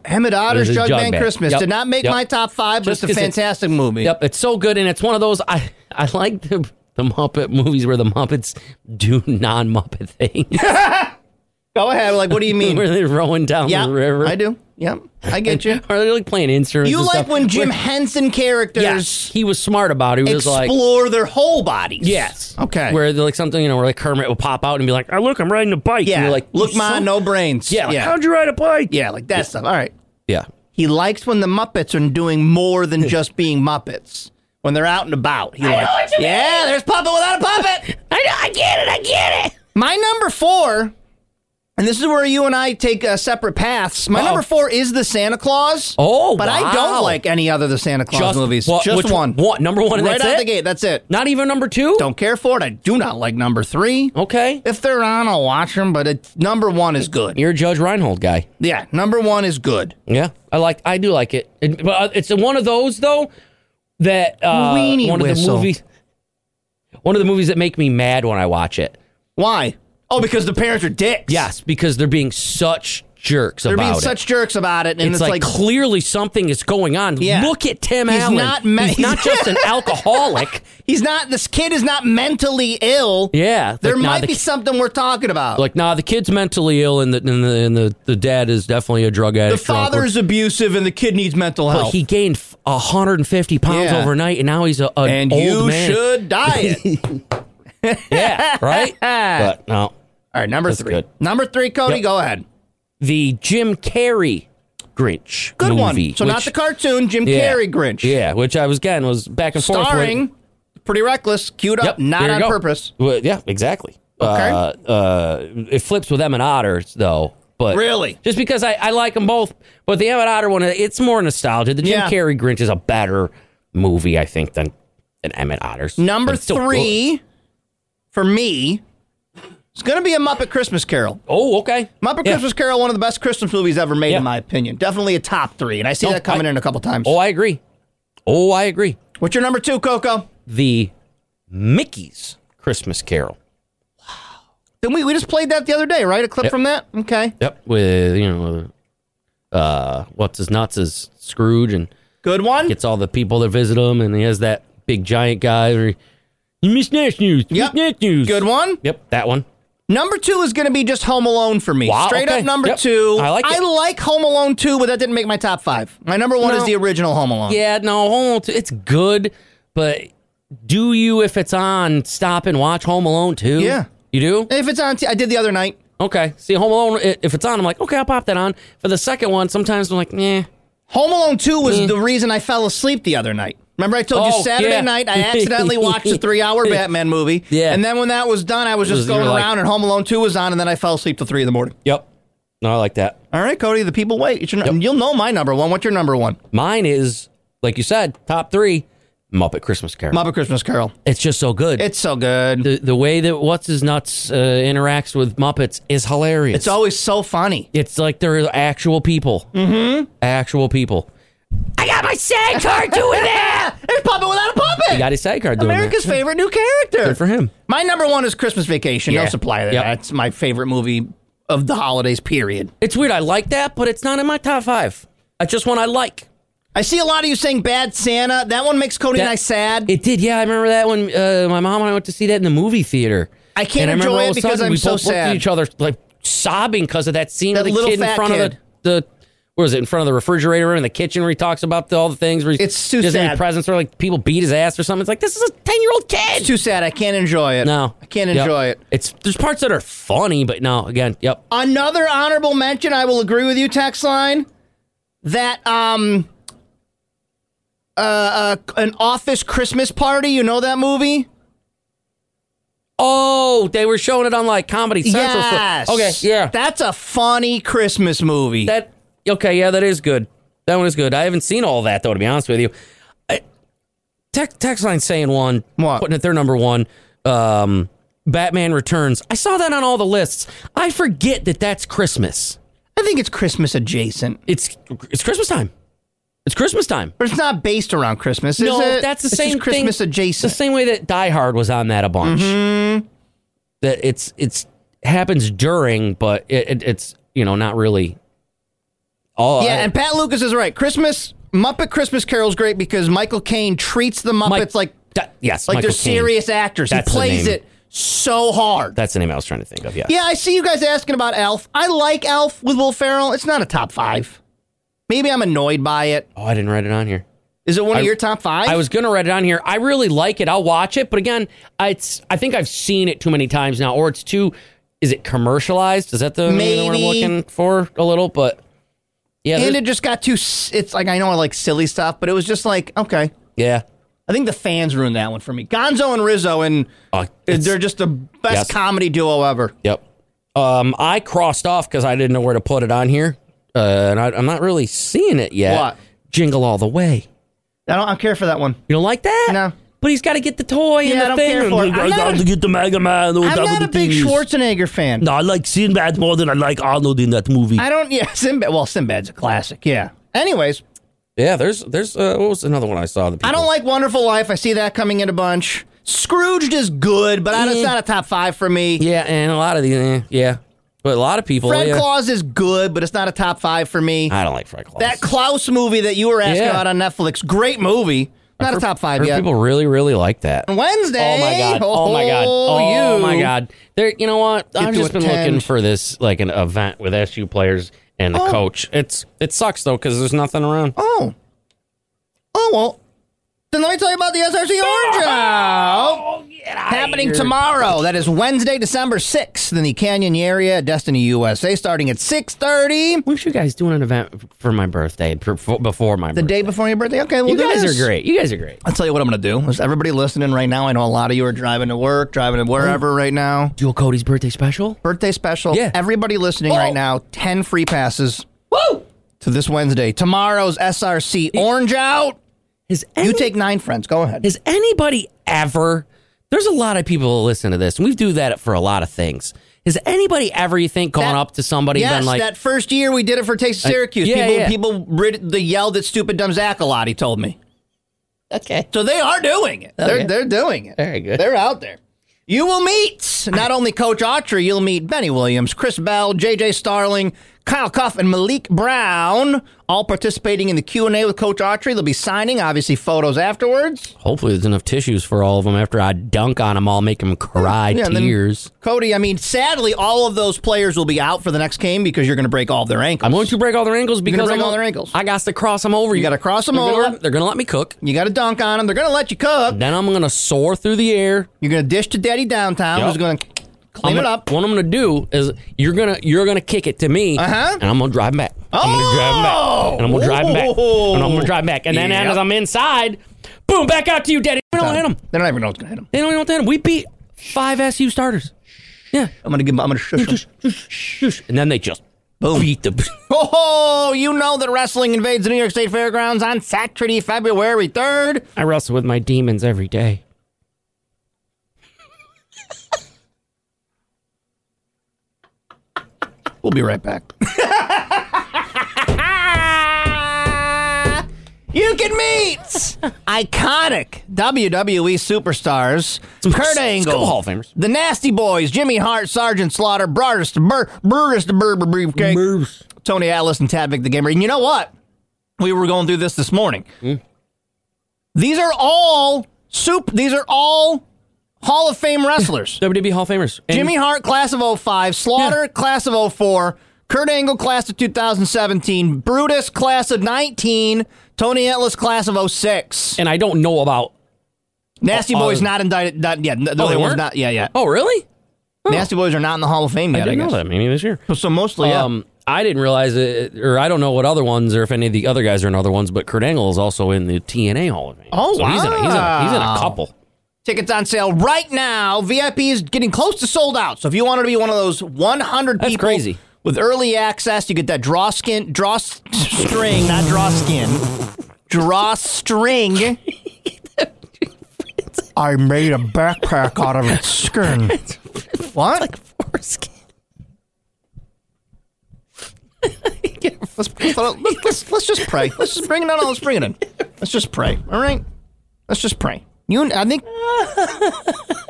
A: Emmett Otter's
B: This is
A: Jug
B: Jug
A: Man
B: Man.
A: Christmas
B: Yep.
A: did not make
B: Yep.
A: my top five, but
B: Just
A: it's a
B: 'cause it's-
A: fantastic movie.
B: Yep, it's so good, and it's one of those I I like the the Muppet movies where the Muppets do non Muppet <laughs> things.
A: Go ahead. Like, what do
B: <laughs>
A: you mean?
B: where they're rowing down
A: yeah,
B: the river.
A: I do. Yep, I
B: <laughs>
A: get you.
B: Are they like playing instruments?
A: You
B: and
A: like
B: stuff?
A: when Jim
B: Where-
A: Henson characters
B: Yes, he was smart about it. He was like
A: explore their whole bodies.
B: Yes.
A: Okay.
B: Where they're like something, you know, where like Kermit will pop out and be like, "Oh, look, I'm riding a bike."
A: yeah.
B: And you're like,
A: look,
B: "You
A: ma,
B: son-"
A: no brains.
B: Yeah. Like,
A: yeah.
B: How'd you ride a bike?
A: Yeah, like that stuff. All right.
B: Yeah.
A: He likes when the Muppets are doing
B: <laughs>
A: more than just being Muppets. When they're out and about. He likes, yeah, there's Puppet without a puppet. <laughs> I know, I get it, I get it. My number four, and this is where you and I take uh, separate paths. My
B: Uh-oh.
A: number four is the Santa Claus.
B: Oh,
A: but I
B: wow.
A: don't like any other of the Santa Claus movies.
B: what-
A: just
B: which
A: one.
B: What number one? and
A: Right
B: that's
A: out
B: it?
A: the gate. That's it.
B: Not even number two.
A: Don't care for it. I do not like number three.
B: Okay.
A: If they're on, I'll watch them. But it, number one is good.
B: You're a Judge Reinhold guy.
A: Yeah, number one is good.
B: Yeah, I like. I do like it. It- but uh, it's one of those though that uh,
A: Weenie
B: one
A: whistle.
B: of the movies. One of the movies that make me mad when I watch it.
A: Why? Oh, because the parents are dicks.
B: Yes, because they're being such jerks
A: They're
B: about
A: being
B: it.
A: such jerks about it, and
B: it's, like, clearly something is going on. Look at Tim
A: He's
B: Allen.
A: not me-
B: he's not just
A: <laughs>
B: an alcoholic.
A: he's not. This kid is not mentally ill.
B: Yeah,
A: There
B: like, nah,
A: might
B: the
A: be
B: ki-
A: something we're talking about.
B: Like, nah, the kid's mentally ill, and the and the and the, the dad is definitely a drug
A: the
B: addict. drunk.
A: father's abusive, and the kid needs mental
B: But
A: health.
B: he gained f- 150 pounds
A: Yeah.
B: overnight, and now he's a an
A: and
B: old
A: you
B: man. <laughs>
A: should diet. yeah. <laughs>
B: right? But no. All
A: right, number three. Number three, Cody,
B: Yep.
A: go ahead.
B: The Jim Carrey Grinch.
A: Good
B: movie,
A: one. So not
B: which-
A: the cartoon, Jim
B: yeah,
A: Carrey Grinch.
B: Yeah, which I was getting was back and forth. with-
A: Starring Pretty Reckless, queued up,
B: Yep,
A: not
B: there you
A: on
B: go.
A: purpose.
B: Well, yeah, exactly.
A: Okay.
B: Uh, uh, it flips with Em and Otter though. But
A: Really?
B: just because I, I like them both, but the Em and Otter one, it's more nostalgia. The Jim
A: Yeah.
B: Carrey Grinch is a better movie, I think, than than Em and Otter's.
A: Number
B: But it's still
A: three for me. It's going to be a Muppet Christmas Carol.
B: Oh, okay.
A: Muppet
B: Yeah.
A: Christmas Carol, one of the best Christmas movies ever made,
B: Yeah.
A: in my opinion. Definitely a top three, and I see
B: No,
A: that coming
B: I-
A: in a couple times.
B: good. Oh, I agree. Oh, I agree.
A: What's your number two, Coco?
B: The Mickey's Christmas Carol.
A: Then we, we just played that the other day, right? A clip
B: Yep.
A: from that? Okay.
B: Yep, with you know, uh, what's his nuts is Scrooge and
A: Good one.
B: gets all the people that visit him, and he has that big giant guy. Where he, you miss Nash News. you
A: Yep.
B: Miss Nash News.
A: Good one.
B: Yep, that one.
A: Number two is going to be just Home Alone for me.
B: Wow,
A: Straight
B: okay.
A: up number
B: Yep.
A: two.
B: I like
A: I
B: it.
A: like Home Alone 2, but that didn't make my top five. My number one is
B: No.
A: the original Home Alone.
B: Yeah, no, Home Alone 2, it's good, but do you, if it's on, stop and watch Home Alone 2?
A: Yeah.
B: You do?
A: If it's on, t- I did the other night.
B: Okay. See, Home Alone, i- if it's on, I'm like, okay, I'll pop that on. For the second one, sometimes I'm like, nah.
A: Home Alone 2 was the reason I fell asleep the other night. Remember, I told
B: Oh,
A: you Saturday
B: yeah.
A: night I
B: <laughs>
A: accidentally watched the three hour Batman movie.
B: Yeah.
A: And then when that was done, I was
B: It
A: just
B: was- you
A: going
B: were like-
A: around and Home Alone 2 was on, and then I fell asleep till three in the morning.
B: Yep. No, I like that.
A: All right, Cody, the people wait. It's your,
B: Yep.
A: You'll know my number one. What's your number one?
B: Mine is, like you said, top three Muppet Christmas Carol.
A: Muppet Christmas Carol.
B: It's just so good.
A: It's so good.
B: the, the way that What's His Nuts uh, interacts with Muppets is hilarious.
A: It's always so funny.
B: It's like they're actual people. Mm-hmm. Actual people. I got my SAG card
A: <laughs>
B: doing that.
A: It's Puppet Without a Puppet.
B: He got his SAG card doing
A: America's
B: that. <laughs>
A: favorite new character.
B: Good for him.
A: My number one is Christmas Vacation. No
B: Yeah.
A: supply there.
B: Yep.
A: That's my favorite movie of the holidays. Period.
B: It's weird. I like that, but it's not in my top five. It's just one I like.
A: I see a lot of you saying Bad Santa. That one makes Cody and
B: That-
A: I sad.
B: It did. Yeah, I remember that when uh, my mom and I went to see that in the movie theater.
A: I can't
B: And remember
A: enjoy
B: all of
A: it
B: a
A: because
B: sudden
A: I'm
B: we
A: so
B: both looked
A: sad.
B: at each other like sobbing because of that scene
A: That
B: with the
A: little
B: kid in
A: fat
B: front
A: kid.
B: of the, the what was it in front of the refrigerator room in the kitchen where he talks about the, all the things where he
A: It's too
B: doesn't have
A: sad.
B: any presents or like people beat his ass or something. It's like this is a ten year old kid.
A: It's too sad. I can't enjoy it.
B: No,
A: I can't
B: Yep.
A: enjoy it.
B: It's there's parts that are funny, but no, again, yep.
A: Another honorable mention. I will agree with you. Text line that um uh, uh an office Christmas party. You know that movie?
B: Oh, they were showing it on like Comedy Central. for-
A: Yes.
B: okay, yeah.
A: That's a funny Christmas movie.
B: That okay, yeah, that is good. That one is good. I haven't seen all that though, to be honest with you. I, tech, text line saying one,
A: What?
B: putting it their number one. Um, Batman Returns. I saw that on all the lists. I forget that that's Christmas.
A: I think it's Christmas adjacent,
B: It's it's Christmas time. It's Christmas time.
A: but it's not based around Christmas. Is
B: no,
A: it?
B: that's the
A: It's just
B: same
A: Christmas
B: thing,
A: adjacent. Mm-hmm.
B: The same way that Die Hard was on that a bunch. That it's it's happens during, but it, it, it's you know not really. All uh,
A: yeah, and Pat Lucas is right. Christmas Muppet Christmas Carol's great because Michael Caine treats the Muppets
B: Mike-
A: like
B: Da- yes,
A: like
B: Michael
A: they're
B: Caine.
A: serious actors.
B: That's
A: he
B: the
A: plays
B: name.
A: it so hard.
B: That's the name I was trying to think of. Yeah.
A: yeah, I see you guys asking about Elf. I like Elf with Will Ferrell. It's not a top five. Maybe I'm annoyed by it.
B: Oh, I didn't write it on here.
A: Is it one of
B: I-
A: your top five?
B: I was gonna write it on here. I really like it. I'll watch it, but again, I- it's I think I've seen it too many times now, or it's too. Is it commercialized? Is that the name that
A: Maybe.
B: we're looking for a little? But yeah,
A: and
B: there's-
A: it just got too. s- It's like I know I like silly stuff, but it was just like okay.
B: yeah.
A: I think the fans ruined that one for me. Gonzo and Rizzo, and
B: Uh, it's-
A: they're just the best
B: Yes.
A: comedy duo ever.
B: Yep. Um, I crossed off because I didn't know where to put it on here, uh, and I, I'm not really seeing it yet.
A: What?
B: Jingle all the way.
A: I don't, I don't care for that one.
B: You don't like that?
A: No.
B: But he's got to get the toy and
A: Yeah,
B: the
A: I don't
B: thing.
A: care for it. I'm not a-
B: get the Mega Man.
A: I'm not a big Schwarzenegger fan.
B: No, I like Sinbad more than I like Arnold in that movie.
A: I don't. Yeah, Sinbad. Well, Sinbad's a classic. Yeah. Anyways,
B: yeah, there's there's uh, what was another one I saw? That
A: I don't
B: people-
A: like Wonderful Life. I see that coming in a bunch. Scrooged is good, but I, it's
B: Yeah.
A: not a top five for me.
B: Yeah, and a lot of these. eh, yeah, But a lot of people.
A: Fred
B: yeah.
A: Claus is good, but it's not a top five for me.
B: I don't like Fred Claus.
A: That Klaus movie that you were asking
B: Yeah.
A: about on Netflix, great movie. Not a top five
B: Heard
A: yet.
B: People really, really like that.
A: On Wednesday.
B: Oh my god! Oh my god! Oh my god! There, you know what?
A: Get
B: I've
A: to
B: just been looking
A: attend.
B: for this like an event with SU players and the
A: Oh.
B: coach. It's it sucks though because there's nothing around.
A: Oh. Oh well. Then let me tell you about the SRC
B: <laughs>
A: Orange Out. Happening
B: here.
A: tomorrow. That is Wednesday, December 6th in the Canyon area at Destiny USA starting at 6.30.
B: Wish you guys doing an event for my birthday for- for- before my
A: The
B: birthday.
A: day before your birthday? Okay, we'll
B: you
A: do
B: guys
A: this.
B: are great. You guys are great.
A: I'll tell you what I'm going to do. Is everybody listening right now, I know a lot of you are driving to work, driving to
B: Oh.
A: wherever right now.
B: Dual Cody's birthday special.
A: Birthday special.
B: Yeah.
A: Everybody listening right now, 10 free passes. Woo! To this Wednesday. Tomorrow's SRC Orange Out.
B: Is
A: you take nine friends. Go ahead.
B: Has anybody ever? There's a lot of people that listen to this, and we do that for a lot of things. Has anybody ever you think gone up to somebody and
A: yes,
B: been like,
A: that first year we did it for Taste of
B: Uh,
A: Syracuse.
B: yeah,
A: people
B: yeah.
A: people rid, they yelled at stupid dumb Zach a lot, he told me.
B: Okay.
A: So they are doing it.
B: Okay.
A: They're, they're doing it.
B: Very good.
A: They're out there. You will meet not only Coach Autry, you'll meet Benny Williams, Chris Bell, J.J. Starling, Kyle Cuff, and Malik Brown, all participating in the Q&A with Coach Autry. They'll be signing, obviously, photos afterwards.
B: Hopefully, there's enough tissues for all of them after I dunk on them all, make them cry
A: Yeah, and then-
B: tears.
A: Cody, I mean, sadly, all of those players will be out for the next game because you're going to break all of their ankles.
B: I'm going to break all their ankles
A: You're gonna
B: because
A: break
B: I'm
A: all their ankles.
B: I got to cross them over.
A: You gotta cross 'em
B: they're gonna
A: over.
B: let- they're going to let me cook.
A: You got to dunk on them. They're going to let you cook.
B: Then I'm going to soar through the air.
A: You're going to dish to Daddy downtown.
B: Yep.
A: Who's going to
B: I'm
A: clean it
B: gonna-
A: up?
B: What I'm going to do is you're going to you're going to kick it to me,
A: Uh-huh.
B: and I'm going to drive 'em back. I'm going to drive 'em
A: Oh!
B: back, and I'm going to drive 'em back, and I'm going to drive 'em back, and then
A: Yep.
B: as I'm inside, boom, back out to you, Daddy. We don't hit them.
A: They don't even know what's going to hit them.
B: They don't even know what to hit 'em. We beat five SU starters. Yeah,
A: I'm going to give them. I'm going to shush 'em.
B: and then they just beat the.
A: Oh, you know that wrestling invades the New York State Fairgrounds on Saturday, February 3rd.
B: I wrestle with my demons every day.
A: We'll be right back. you
B: <laughs>
A: can meet iconic WWE superstars Kurt Angle,
B: couple Hall of Famers.
A: the Nasty Boys, Jimmy Hart, Sergeant Slaughter, Brutus, Bur- Brutus the Berber Briefcase, Tony Atlas, and Tadvik the Gamer. And you know what? We were going through this this morning.
B: Mm.
A: These are all soup. These are all Hall of
B: <laughs>
A: Fame wrestlers.
B: WWE E Hall of Famers. And
A: Jimmy Hart, class of 05, Slaughter,
B: Yeah.
A: class of 04, Kurt Angle, class of 2017, Brutus, class of 19, Tony Atlas, class of 06.
B: and I don't know about.
A: Nasty
B: Oh,
A: Boys
B: uh,
A: not indicted. Not, yeah, no,
B: Oh, they
A: one's
B: weren't?
A: Not, yeah, yeah.
B: Oh, really?
A: Nasty Boys are not in the Hall of Fame
B: I
A: yet. I,
B: didn't know
A: guess.
B: that. Maybe this year.
A: So, so mostly, yeah.
B: Um, I didn't realize it, or I don't know what other ones, or if any of the other guys are in other ones. But Kurt Angle is also in the TNA Hall of Fame.
A: Oh,
B: so he's in, a, he's, in a, he's in
A: wow.
B: a couple.
A: Tickets on sale right now. VIP is getting close to sold out. So if you wanted to be one of those 100
B: That's
A: people
B: crazy.
A: with early access, you get that draw skin, draw s- string, not draw skin, draw <laughs> string. I made a backpack out of its <laughs> skin. What? <laughs> let's, let's, let's, let's just pray. Let's just bring it on. Let's bring it in. Let's just pray. All right. Let's just pray. You, I think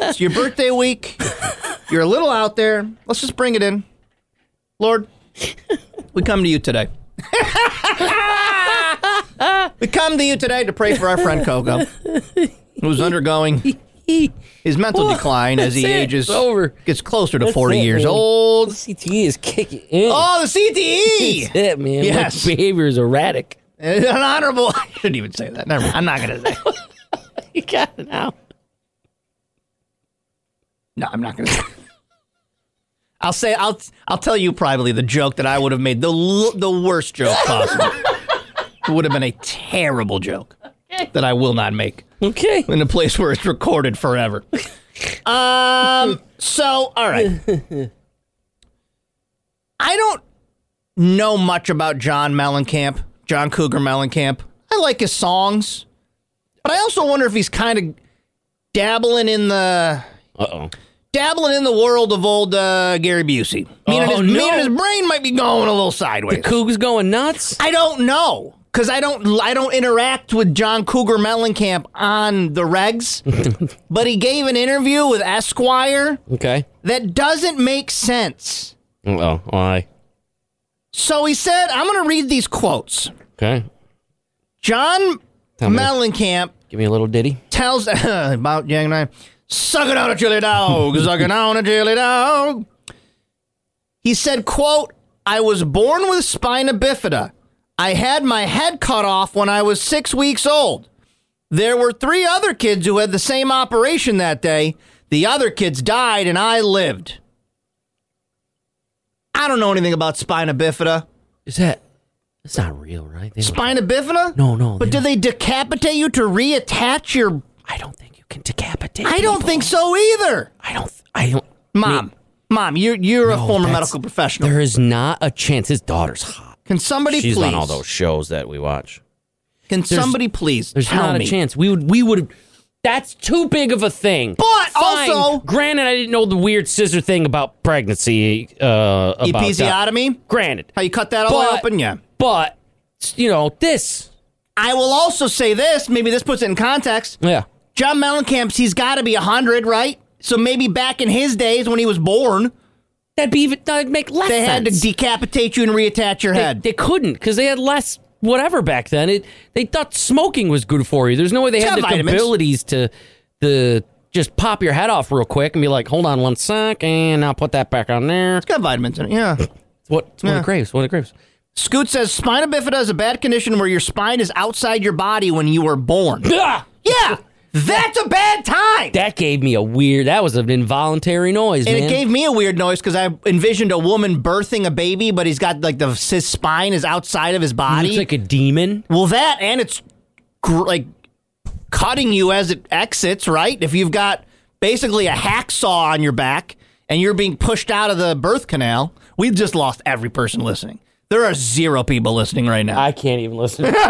A: it's your birthday week. You're a little out there. Let's just bring it in. Lord, we come to you today. we come to you today to pray for our friend Coco, who's undergoing his mental decline as he
B: That's it.
A: ages
B: It's over.
A: gets closer to
B: That's
A: 40
B: it,
A: years
B: man.
A: old. E
B: CTE is kicking in.
A: Oh, the CTE!
B: That's it, man.
A: Yes.
B: My behavior is erratic.
A: An honorable. <laughs> I shouldn't even say that. Never mind. I'm not going to say. it.
B: <laughs> You got it now.
A: No, I'm not going to. say. it. I'll say. I'll. I'll tell you privately the joke that I would have made. The l- the worst joke possible. it would have been a terrible joke that I will not make
B: Okay.
A: in a place where it's recorded forever. um. So all right. I don't know much about John Mellencamp. John Cougar Mellencamp. I like his songs, but I also wonder if he's kind of dabbling in the
B: Uh oh.
A: dabbling in the world of old uh, Gary Busey. Meaning,
B: Oh,
A: his,
B: no.
A: meaning his brain might be going a little sideways.
B: Coog's going nuts.
A: I don't know because I don't I don't interact with John Cougar Mellencamp on
B: <laughs>
A: the regs, but he gave an interview with Esquire
B: Okay.
A: that doesn't make sense.
B: Oh, why?
A: So he said, I'm going to read these quotes.
B: Okay.
A: John
B: Tell me.
A: Mellencamp
B: Give me a little ditty.
A: tells <coughs> about Yang Nine, suck it out a chili dog, suck it out a chili dog. He said, quote, I was born with spina bifida. I had my head cut off when I was six weeks old. There were three other kids who had the same operation that day. The other kids died and I lived. I don't know anything about spina bifida.
B: Is that? It's not real, right? They don't-
A: Spina bifida?
B: No, no,
A: But
B: they
A: do they decapitate you to reattach your?
B: I don't think you can decapitate.
A: I don't
B: people.
A: think so either.
B: I don't. I don't.
A: Mom, mom, you're you're a
B: No,
A: former
B: that's-
A: medical professional.
B: There is not a chance. His daughter's hot.
A: Can somebody
B: She's
A: please?
B: on all those shows that we watch.
A: Can somebody please
B: There's
A: tell
B: not
A: me?
B: a chance. We would. We would. That's too big of a thing.
A: But
B: Fine.
A: also-
B: granted, I didn't know the weird scissor thing about pregnancy. Uh,
A: E
B: about that.
A: Episiotomy?
B: Granted,
A: How you cut that all
B: But-
A: open? Yeah.
B: but you know this.
A: I will also say this. Maybe this puts it in context.
B: Yeah.
A: John Mellencamp's he's got to be hundred, right? So maybe back in his days when he was born,
B: That'd be even. That'd make less.
A: they had to
B: sense.
A: decapitate you and reattach your
B: They-
A: head.
B: They, couldn't because they had less whatever back then. It they thought smoking was good for you. There's no way they
A: Yeah,
B: had the
A: vitamins.
B: abilities to the just pop your head off real quick and be like, hold on one sec, and now put that back on there. It's
A: Got vitamins in it. Yeah.
B: what it's one
A: Yeah.
B: of the graves. One of the graves.
A: Scoot says spina bifida is a bad condition where your spine is outside your body when you were
B: <laughs>
A: born.
B: Ah!
A: yeah, that's a bad time.
B: That gave me a weird. That was an involuntary noise,
A: and
B: man.
A: it gave me a weird noise because I envisioned a woman birthing a baby, but he's got like the his spine is outside of his
B: It
A: body.
B: looks like a demon.
A: well, that and it's gr- like cutting you as it exits, right? If you've got basically a hacksaw on your back and you're being pushed out of the birth canal, we've just lost every person listening. There are zero people listening right now.
B: I can't even listen.
A: <laughs>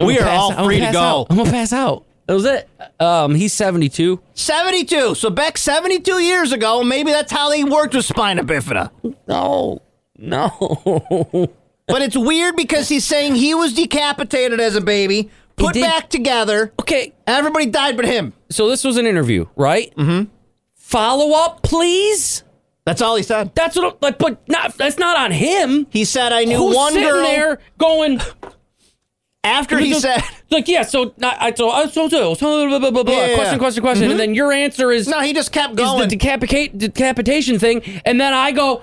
A: we are
B: Pass-
A: all
B: I'm gonna
A: free to
B: pass
A: go.
B: out. I'm gonna pass out. That was it. Um, he's 72.
A: 72. So back 72 years ago, maybe that's how they worked with spina bifida.
B: No, no.
A: But it's weird because he's saying he was decapitated as a baby,
B: He
A: put
B: did-
A: back together.
B: <laughs> okay,
A: Everybody died but him.
B: So this was an interview, right? Mm-hmm. Follow up, please.
A: That's all he said.
B: That's what. I'm- Like, but not. That's not on him.
A: He said, I knew
B: Who's
A: one
B: sitting
A: girl.
B: there going?
A: After he said, <laughs>
B: like, yeah. So I. I so I. So so. so blah, blah, blah, blah,
A: Yeah, yeah, yeah.
B: question, question, question, and then your answer is
A: no, he just kept
B: is the
A: going.
B: decapitate decapitation thing, and then I go.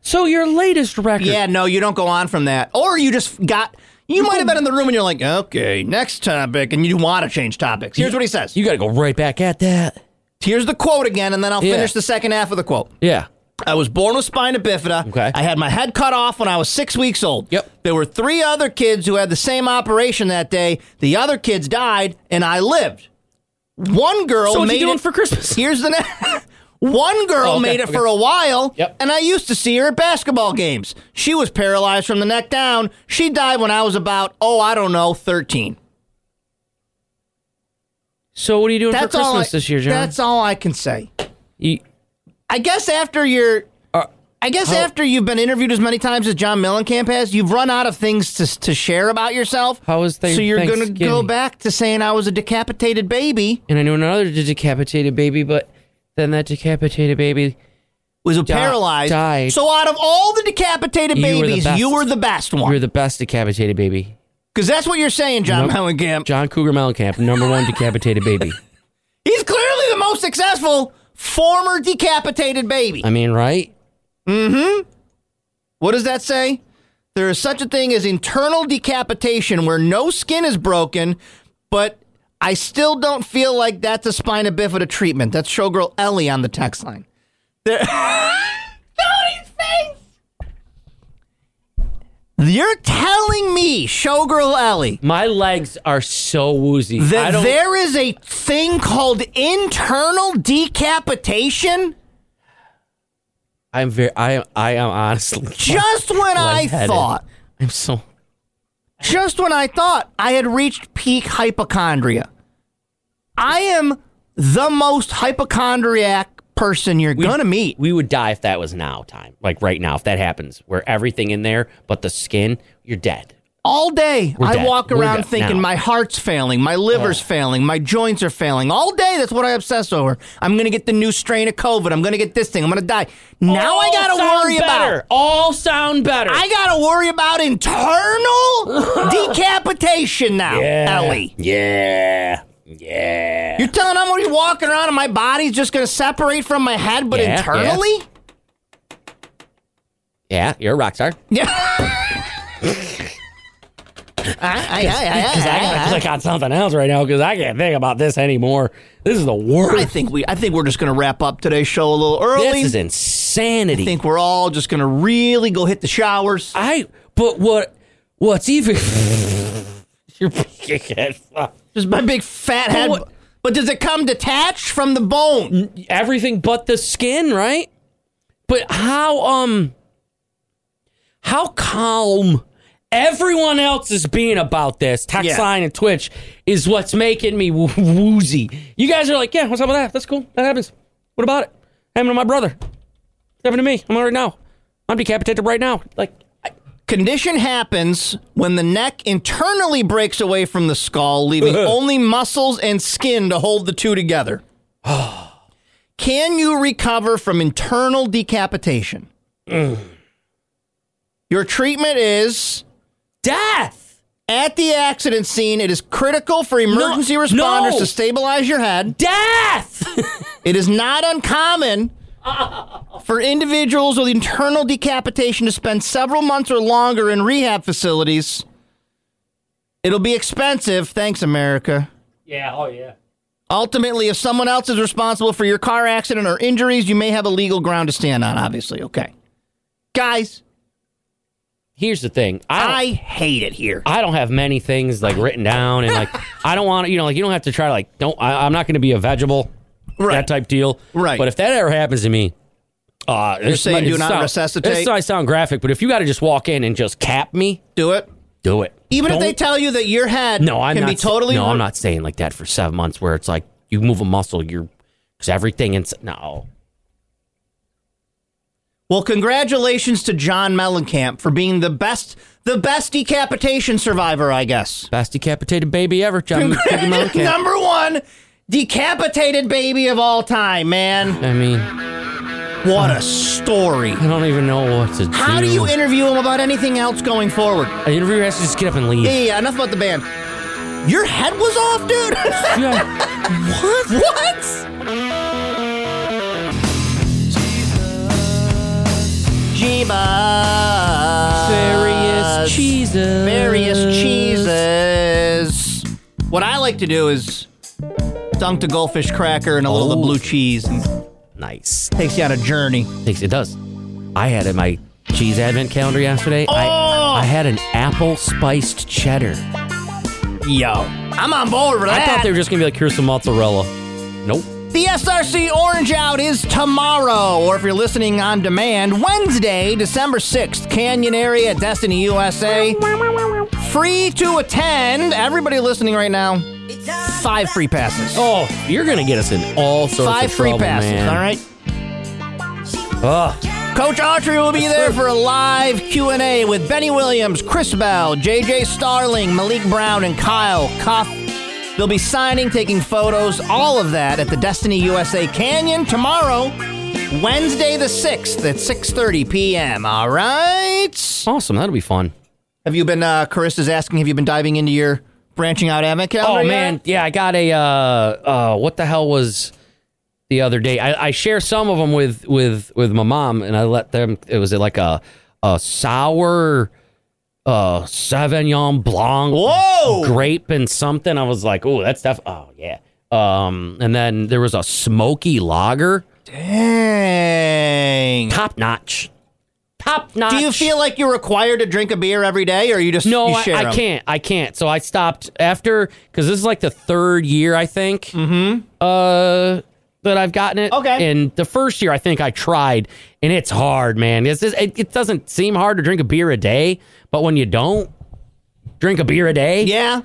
B: So your latest record.
A: yeah, no, you don't go on from that. Or you just got, you might have been in the room and you're like, okay, next topic. And you want to change topics. Here's what he says.
B: You got to go right back at that.
A: Here's the quote again, and then I'll
B: Yeah.
A: finish the second half of the quote.
B: Yeah.
A: I was born with spina bifida.
B: Okay.
A: I had my head cut off when I was six weeks old.
B: Yep.
A: There were three other kids who had the same operation that day. The other kids died, and I lived. One girl
B: So what's
A: made
B: he doing
A: it
B: for Christmas?
A: <laughs> Here's the next. One girl
B: Oh, okay,
A: made it
B: okay.
A: for a while,
B: Yep.
A: and I used to see her at basketball games. She was paralyzed from the neck down. She died when I was about, oh, I don't know, 13.
B: So what are you doing
A: That's
B: for
A: all
B: Christmas
A: I,
B: this year, John?
A: That's all I can say.
B: You-
A: I guess after you're,
B: Uh,
A: I guess
B: how-
A: after you've been interviewed as many times as John Mellencamp has, you've run out of things to to share about yourself.
B: How was
A: So you're gonna go
B: Thanksgiving?
A: back to saying I was a decapitated baby,
B: and I knew another decapitated baby, but then that decapitated baby.
A: was a
B: Di-
A: paralyzed.
B: died.
A: So out of all the decapitated
B: You were the
A: babies,
B: best.
A: you were the best
B: You're
A: one.
B: the best decapitated baby.
A: Because that's what you're saying, John
B: Nope.
A: Mellencamp.
B: John Cougar Mellencamp, number one decapitated baby.
A: He's clearly the most successful former decapitated baby.
B: I mean, right?
A: What does that say? There is such a thing as internal decapitation where no skin is broken, but I still don't feel like that's a spina bifida treatment. That's showgirl Ellie on the text line. There- <laughs> Tony's face! You're telling me, showgirl Ellie,
B: My legs are so woozy. I
A: that
B: don't.
A: there is a thing called internal decapitation?
B: I'm very. I. I am honestly. <laughs>
A: Just when I
B: lightheaded.
A: thought,
B: I'm so.
A: just when I thought I had reached peak hypochondria. I am the most hypochondriac person you're
B: we-
A: gonna meet.
B: We would die if that was now time, like right now, if that happens, where everything in there but the skin, you're dead.
A: All day,
B: We're
A: I
B: dead.
A: walk
B: We're
A: around
B: dead
A: thinking
B: now. Oh.
A: my heart's failing, my liver's failing, my joints are failing. All day, that's what I obsess over. I'm going to get the new strain of COVID. I'm going to get this thing. I'm going to die. Now I
B: All
A: got to
B: sound
A: worry
B: better.
A: about.
B: All sound better.
A: I got to worry about
B: <laughs>
A: internal decapitation now, Ellie.
B: Yeah. Yeah.
A: You're telling I'm already walking around and my body's just going to separate from my head, but
B: Yeah, yeah.
A: internally?
B: Yeah, you're a rock star.
A: Yeah. <laughs> I,
B: Because I gotta click on something else right now because I can't think about this anymore. This is the worst.
A: I think we. I think we're just going to wrap up today's show a little early.
B: This is
A: I
B: insanity.
A: think we're all just going to really go hit the showers.
B: I. But what? What's even? <laughs> You're freaking
A: Just my big fat head.
B: what-
A: But does it come detached from the bone?
B: everything but the skin, right? But how um how calm everyone else is being about this text
A: Yeah.
B: line and Twitch is what's making me wo- woozy. You guys are like, yeah, what's up with that? That's cool. That happens. What about it? Happened to my brother. It happened to me. I'm all right now. I'm decapitated right now. Like,
A: Condition happens when the neck internally breaks away from the skull, leaving only muscles and skin to hold the
B: <sighs>
A: two together. Can you recover from internal decapitation?
B: Mm.
A: Your treatment is
B: death.
A: at the accident scene. It is critical for emergency
B: No,
A: responders
B: no.
A: to stabilize your head.
B: Death. <laughs>
A: It is not uncommon for individuals with internal decapitation to spend several months or longer in rehab facilities. It'll be expensive. Thanks, America.
B: yeah. Oh yeah.
A: Ultimately, if someone else is responsible for your car accident or injuries, you may have a legal ground to stand on, obviously. Okay. Guys,
B: Here's the thing.
A: I
B: I don't-
A: hate it here.
B: I don't have many things like written down
A: <laughs>
B: and like I don't want to, you know, like you don't have to try to like don't I, I'm not going to be a vegetable
A: Right.
B: that type deal.
A: Right.
B: But if that ever happens to me, uh,
A: You're
B: this
A: saying
B: might-
A: do
B: it
A: not
B: sound-
A: resuscitate?
B: This might sound graphic, but if you got to just walk in and just cap me,
A: Do it.
B: do it.
A: Even if
B: Don't-
A: they tell you that your head
B: no, I'm
A: can
B: not
A: be
B: sa-
A: totally.
B: no, I'm not saying like that for seven months where it's like you move a muscle, you're because everything ins no.
A: Well, congratulations to John Mellencamp for being the best, the best decapitation survivor, I guess.
B: Best decapitated baby ever, John.
A: <laughs>
B: Cookie Monkey.
A: Number one decapitated baby of all time, man.
B: I mean, I
A: What a story.
B: don't even know what to do.
A: How do you interview him about anything else going forward?
B: An interviewer has to just get up and leave.
A: Yeah, yeah, enough about the band. Your head was off, dude. <laughs>
B: Yeah.
A: what? What? Jeebus.
B: Various cheeses.
A: Various cheeses. What I like to do is dunk the goldfish cracker in a little of the
B: Oh.
A: blue cheese and
B: Nice.
A: takes you on a journey.
B: Thanks. It does. I had in my cheese advent calendar yesterday.
A: Oh!
B: I, I had an apple spiced cheddar.
A: Yo, I'm on board with
B: I
A: that.
B: thought they were just gonna be like, here's some mozzarella. Nope.
A: The SRC Orange Out is tomorrow, or if you're listening on demand, Wednesday, December 6th, Canyon Area, Destiny, USA. Free to attend. Everybody listening right now, five free passes.
B: Oh, you're gonna get us in all sorts
A: Five
B: of
A: free
B: trouble,
A: passes,
B: man.
A: all right?
B: Ugh.
A: Coach Autry will be there for a live Q&A with Benny Williams, Chris Bell, JJ Starling, Malik Brown, and Kyle Cuff. They'll be signing, taking photos, all of that at the Destiny USA Canyon tomorrow, Wednesday the 6th at 6.30 p.m. All right?
B: Awesome. That'll be fun.
A: Have you been, uh, Carissa's asking, have you been diving into your branching out advent calendar
B: Oh
A: yet?
B: man, yeah, I got a uh, uh, what the hell was the other day? I, I share some of them with with with my mom, and I let them. It was like a a sour uh Sauvignon Blanc,
A: Whoa!
B: grape and something. I was like, oh, that's def. Oh yeah. Um, and then there was a smoky lager,
A: Dang.
B: top notch, top notch.
A: Do you feel like you're required to drink a beer every day, or you just
B: No,
A: you
B: I,
A: share
B: I
A: 'em?
B: can't. I can't. So I stopped after because this is like the third year I think. Uh, that I've gotten it.
A: Mm-hmm. Okay.
B: And the first year I think I tried, and it's hard, man. It's just, it, it doesn't seem hard to drink a beer a day, but when you don't drink a beer a day,
A: Yeah?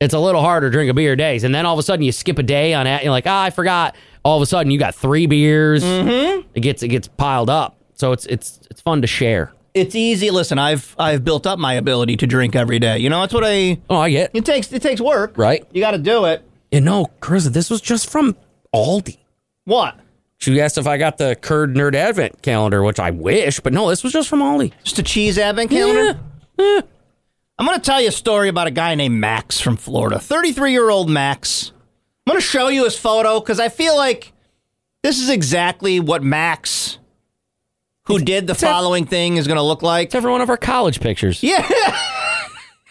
B: it's a little harder to drink a beer days. And then all of a sudden you skip a day on that. You're like, ah, I forgot. All of a sudden you got three beers. Mm-hmm. It gets it gets piled up. So it's it's it's fun to share.
A: it's easy. Listen, I've I've built up my ability to drink every day. You know, that's what I.
B: Oh, I get.
A: It takes it takes work.
B: Right.
A: You got to do it.
B: And no, Carissa, this was just from Aldi.
A: What?
B: She asked if I got the curd nerd advent calendar, which I wish, but no, this was just from Aldi.
A: Just a cheese advent calendar. I'm going to tell you a story about a guy named Max from Florida. 33 year old Max. I'm going to show you his photo because I feel like this is exactly what Max, who did the
B: ev-
A: following thing, is going to look like.
B: It's every one of our college pictures.
A: Yeah.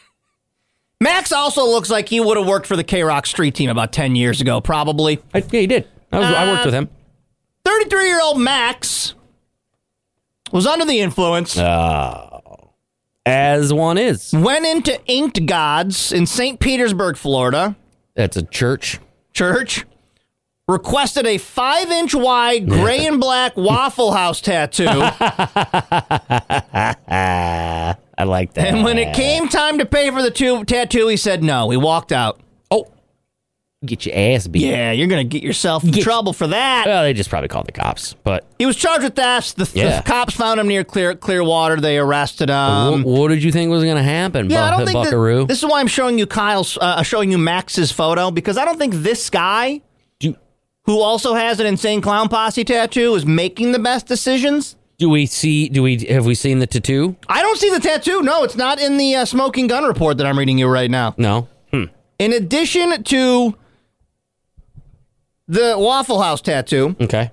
A: <laughs> Max also looks like he would have worked for the K Rock Street team about 10 years ago, probably.
B: I, yeah, he did. I, was, I worked with him.
A: 33 year old Max was under the influence.
B: As one is.
A: went into Inked Gods in St. Petersburg, Florida
B: That's a church.
A: church, requested a five inch wide gray and black Waffle House <laughs> tattoo.
B: Ah, I like that.
A: and when it came time to pay for the two- tattoo, he said no. He walked out.
B: Oh, get your ass beat.
A: Yeah, you're going to get yourself in
B: Get-
A: trouble for that.
B: Well, they just probably called the cops, but
A: He was charged with theft. The, the
B: Yeah.
A: cops found him near Clear Clearwater. They arrested
B: what,
A: him.
B: what did you think was going to happen,
A: Um, yeah, I
B: bu-
A: don't think that-
B: Buckaroo?
A: this is why I'm showing you Kyle's, uh, showing you Max's photo because I don't think this guy,
B: Do-
A: who also has an insane clown posse tattoo, is making the best decisions.
B: do we see? Do we have we seen the tattoo?
A: I don't see the tattoo. No, it's not in the uh, smoking gun report that I'm reading you right now.
B: No.
A: In addition to the Waffle House tattoo,
B: Okay.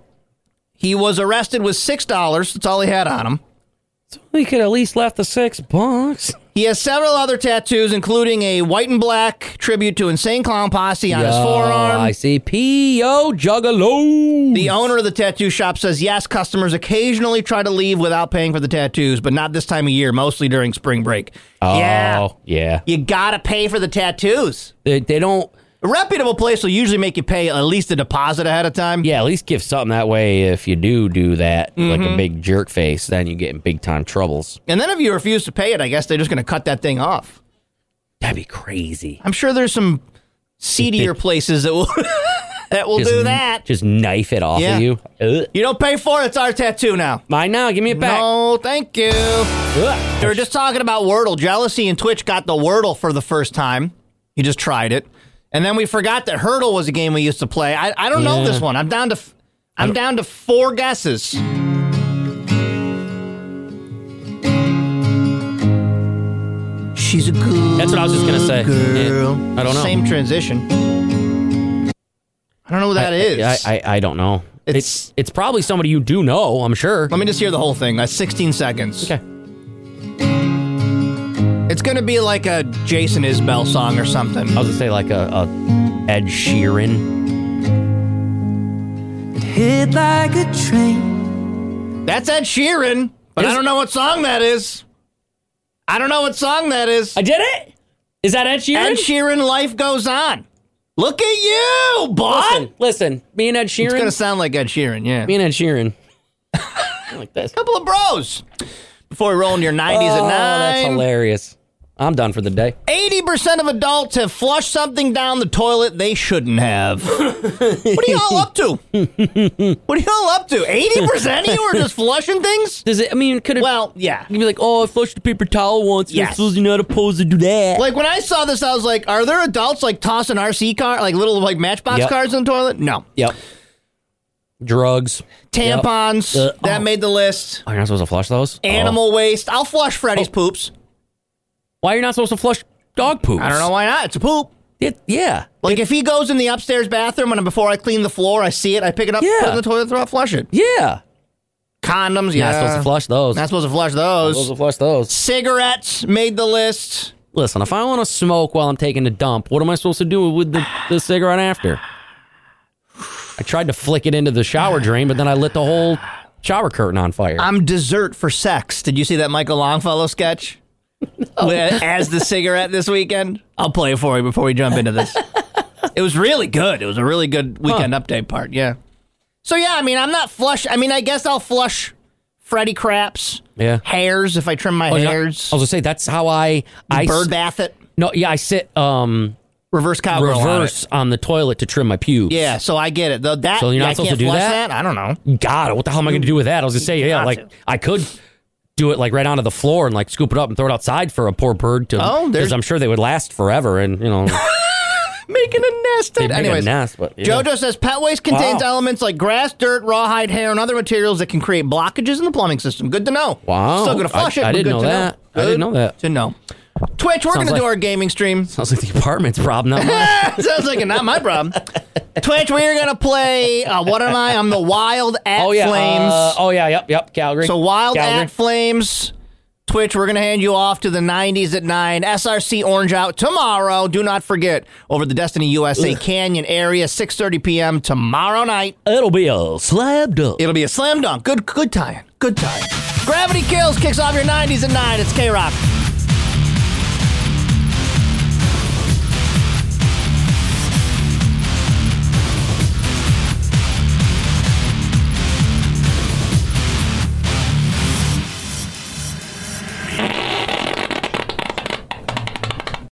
A: he was arrested with six dollars. That's all he had on him.
B: We could at least left the six bucks.
A: He has several other tattoos, including a white and black tribute to Insane Clown Posse on his forearm.
B: I see. P.O. Juggalo.
A: The owner of the tattoo shop says yes, customers occasionally try to leave without paying for the tattoos, but not this time of year, mostly during spring break.
B: Oh,
A: Yeah.
B: yeah. yeah.
A: You gotta pay for the tattoos.
B: They, they don't.
A: A reputable place will usually make you pay at least a deposit ahead of time.
B: Yeah, at least give something that way. If you do do that, like a big jerk face, then you get in big time troubles.
A: And then if you refuse to pay it, I guess they're just gonna cut that thing off.
B: That'd be crazy.
A: I'm sure there's some
B: <laughs>
A: seedier places that will <laughs> that will do that.
B: Just knife it off
A: Yeah.
B: of you. Ugh.
A: You don't pay for it, it's our tattoo now.
B: Mine now. Give me it back.
A: No, thank you.
B: Ugh.
A: They were just talking about Wordle. Jealousy and Twitch got the Wordle for the first time. He just tried it, and then we forgot that Hurdle was a game we used to play. I, I don't know
B: Yeah.
A: this one. I'm down to f- I'm down to four guesses. She's a good.
B: That's what I was just gonna say.
A: Girl.
B: Yeah, I don't know.
A: Same transition. I don't know who that
B: I-
A: is.
B: I, I, I don't know.
A: It's-
B: it's it's probably somebody you do know. I'm sure.
A: Let me just hear the whole thing. That's 16 seconds.
B: Okay.
A: It's gonna be like a Jason Isbell song or something.
B: I was gonna say like a, a Ed Sheeran.
K: Hit like a train.
A: That's Ed Sheeran, but I
B: Is-
A: don't know what song that is. I don't know what song that is.
B: I did it. Is that Ed Sheeran?
A: Ed Sheeran, life goes on. Look at you, bud.
B: Listen, listen. Me and Ed
A: It's
B: Sheeran.
A: gonna sound like Ed Sheeran, yeah.
B: me and Ed Sheeran. <laughs> like this.
A: couple of bros. Before we roll into your 90s
B: oh, that's
A: at nine.
B: hilarious. I'm done for the day.
A: 80% of adults have flushed something down the toilet they
B: <laughs>
A: shouldn't have. what are y'all up to? What are y'all up to? 80% of you are just
B: <laughs>
A: flushing things?
B: Does it? I mean, could it?
A: Well, yeah.
B: you'd be like, oh, I flushed the paper towel once. Yes.
A: Yes.
B: You're not supposed to do that.
A: Like when I saw this, I was like, "Are there adults like tossing RC car, like little like matchbox
B: Yep.
A: cars in the toilet?" No,
B: yep. Drugs.
A: tampons
B: Yep. Uh,
A: that
B: oh.
A: made the list.
B: Oh, you're not supposed to flush those.
A: Animal waste. I'll flush Freddy's poops.
B: Oh. Why are you not supposed to flush dog poops?
A: I don't know why not. It's a poop.
B: It, yeah.
A: Like if he goes in the upstairs bathroom and before I clean the floor, I see it, I pick it up,
B: Yeah.
A: put it in the toilet, throw it, flush it.
B: Yeah.
A: Condoms,
B: You're
A: yeah.
B: not supposed to flush those.
A: Not supposed to flush
B: Not
A: those.
B: supposed to flush those.
A: Cigarettes made the list.
B: Listen, if I want to smoke while I'm taking a dump, what am I supposed to do with the, the cigarette after? I tried to flick it into the shower drain, but then I lit the whole shower curtain on fire.
A: I'm dessert for sex. Did you see that Michael
B: <laughs>
A: Longfellow sketch? With- As the cigarette this weekend? I'll play it for you before we jump
B: <laughs>
A: into this. it was really good. It was a really good weekend update part. Yeah. So, yeah, I mean, I'm not flush. I mean, I guess I'll flush Freddy Craps,
B: yeah.
A: hairs if I trim my
B: Oh, yeah.
A: hairs,
B: I was gonna say that's how I I
A: bird
B: s-
A: bath it,
B: no yeah I sit um
A: reverse cowgirl. on it.
B: reverse on the toilet to trim my pubes.
A: Yeah, so I get it. Though that,
B: So you're not
A: I
B: supposed
A: can't
B: to do
A: flush
B: that?
A: I don't know.
B: God, what the hell am I gonna do with that? I was gonna say yeah,
A: Got
B: like
A: to.
B: I could do it like right onto the floor and like scoop it up and throw it outside for a poor bird to.
A: Oh, there's-
B: because I'm sure they would last forever and you know
A: Making a nest.
B: they'd make
A: Anyways,
B: a nest. But yeah.
A: JoJo says pet waste contains
B: Wow.
A: elements like grass, dirt, rawhide, hair, and other materials that can create blockages in the plumbing system. Good to know.
B: Wow.
A: Still going to flush
B: I-
A: it.
B: I
A: but
B: didn't
A: good
B: know
A: to
B: that. I
A: Good
B: didn't know that.
A: To know. Twitch, we're
B: Sounds
A: going to
B: like-
A: do our gaming stream. <laughs>
B: sounds like the apartment's problem. Not mine.
A: Sounds like it, not my problem. Twitch, we are going to play, uh, what am I? I'm the Wild
B: <laughs>
A: at
B: oh yeah.
A: Flames.
B: uh, oh yeah. Yep. Yep. Calgary.
A: So Wild
B: Calgary.
A: at Flames, Twitch, we're going to hand you off to the 90s at 9. SRC Orange out tomorrow. Do not forget, over the Destiny USA Canyon area, 6.30 p.m. tomorrow night.
B: It'll be a slab dunk.
A: It'll be a slam dunk. Good, good tie-in. Good tie-in. Gravity Kills kicks off your 90s at 9. It's K-Rock.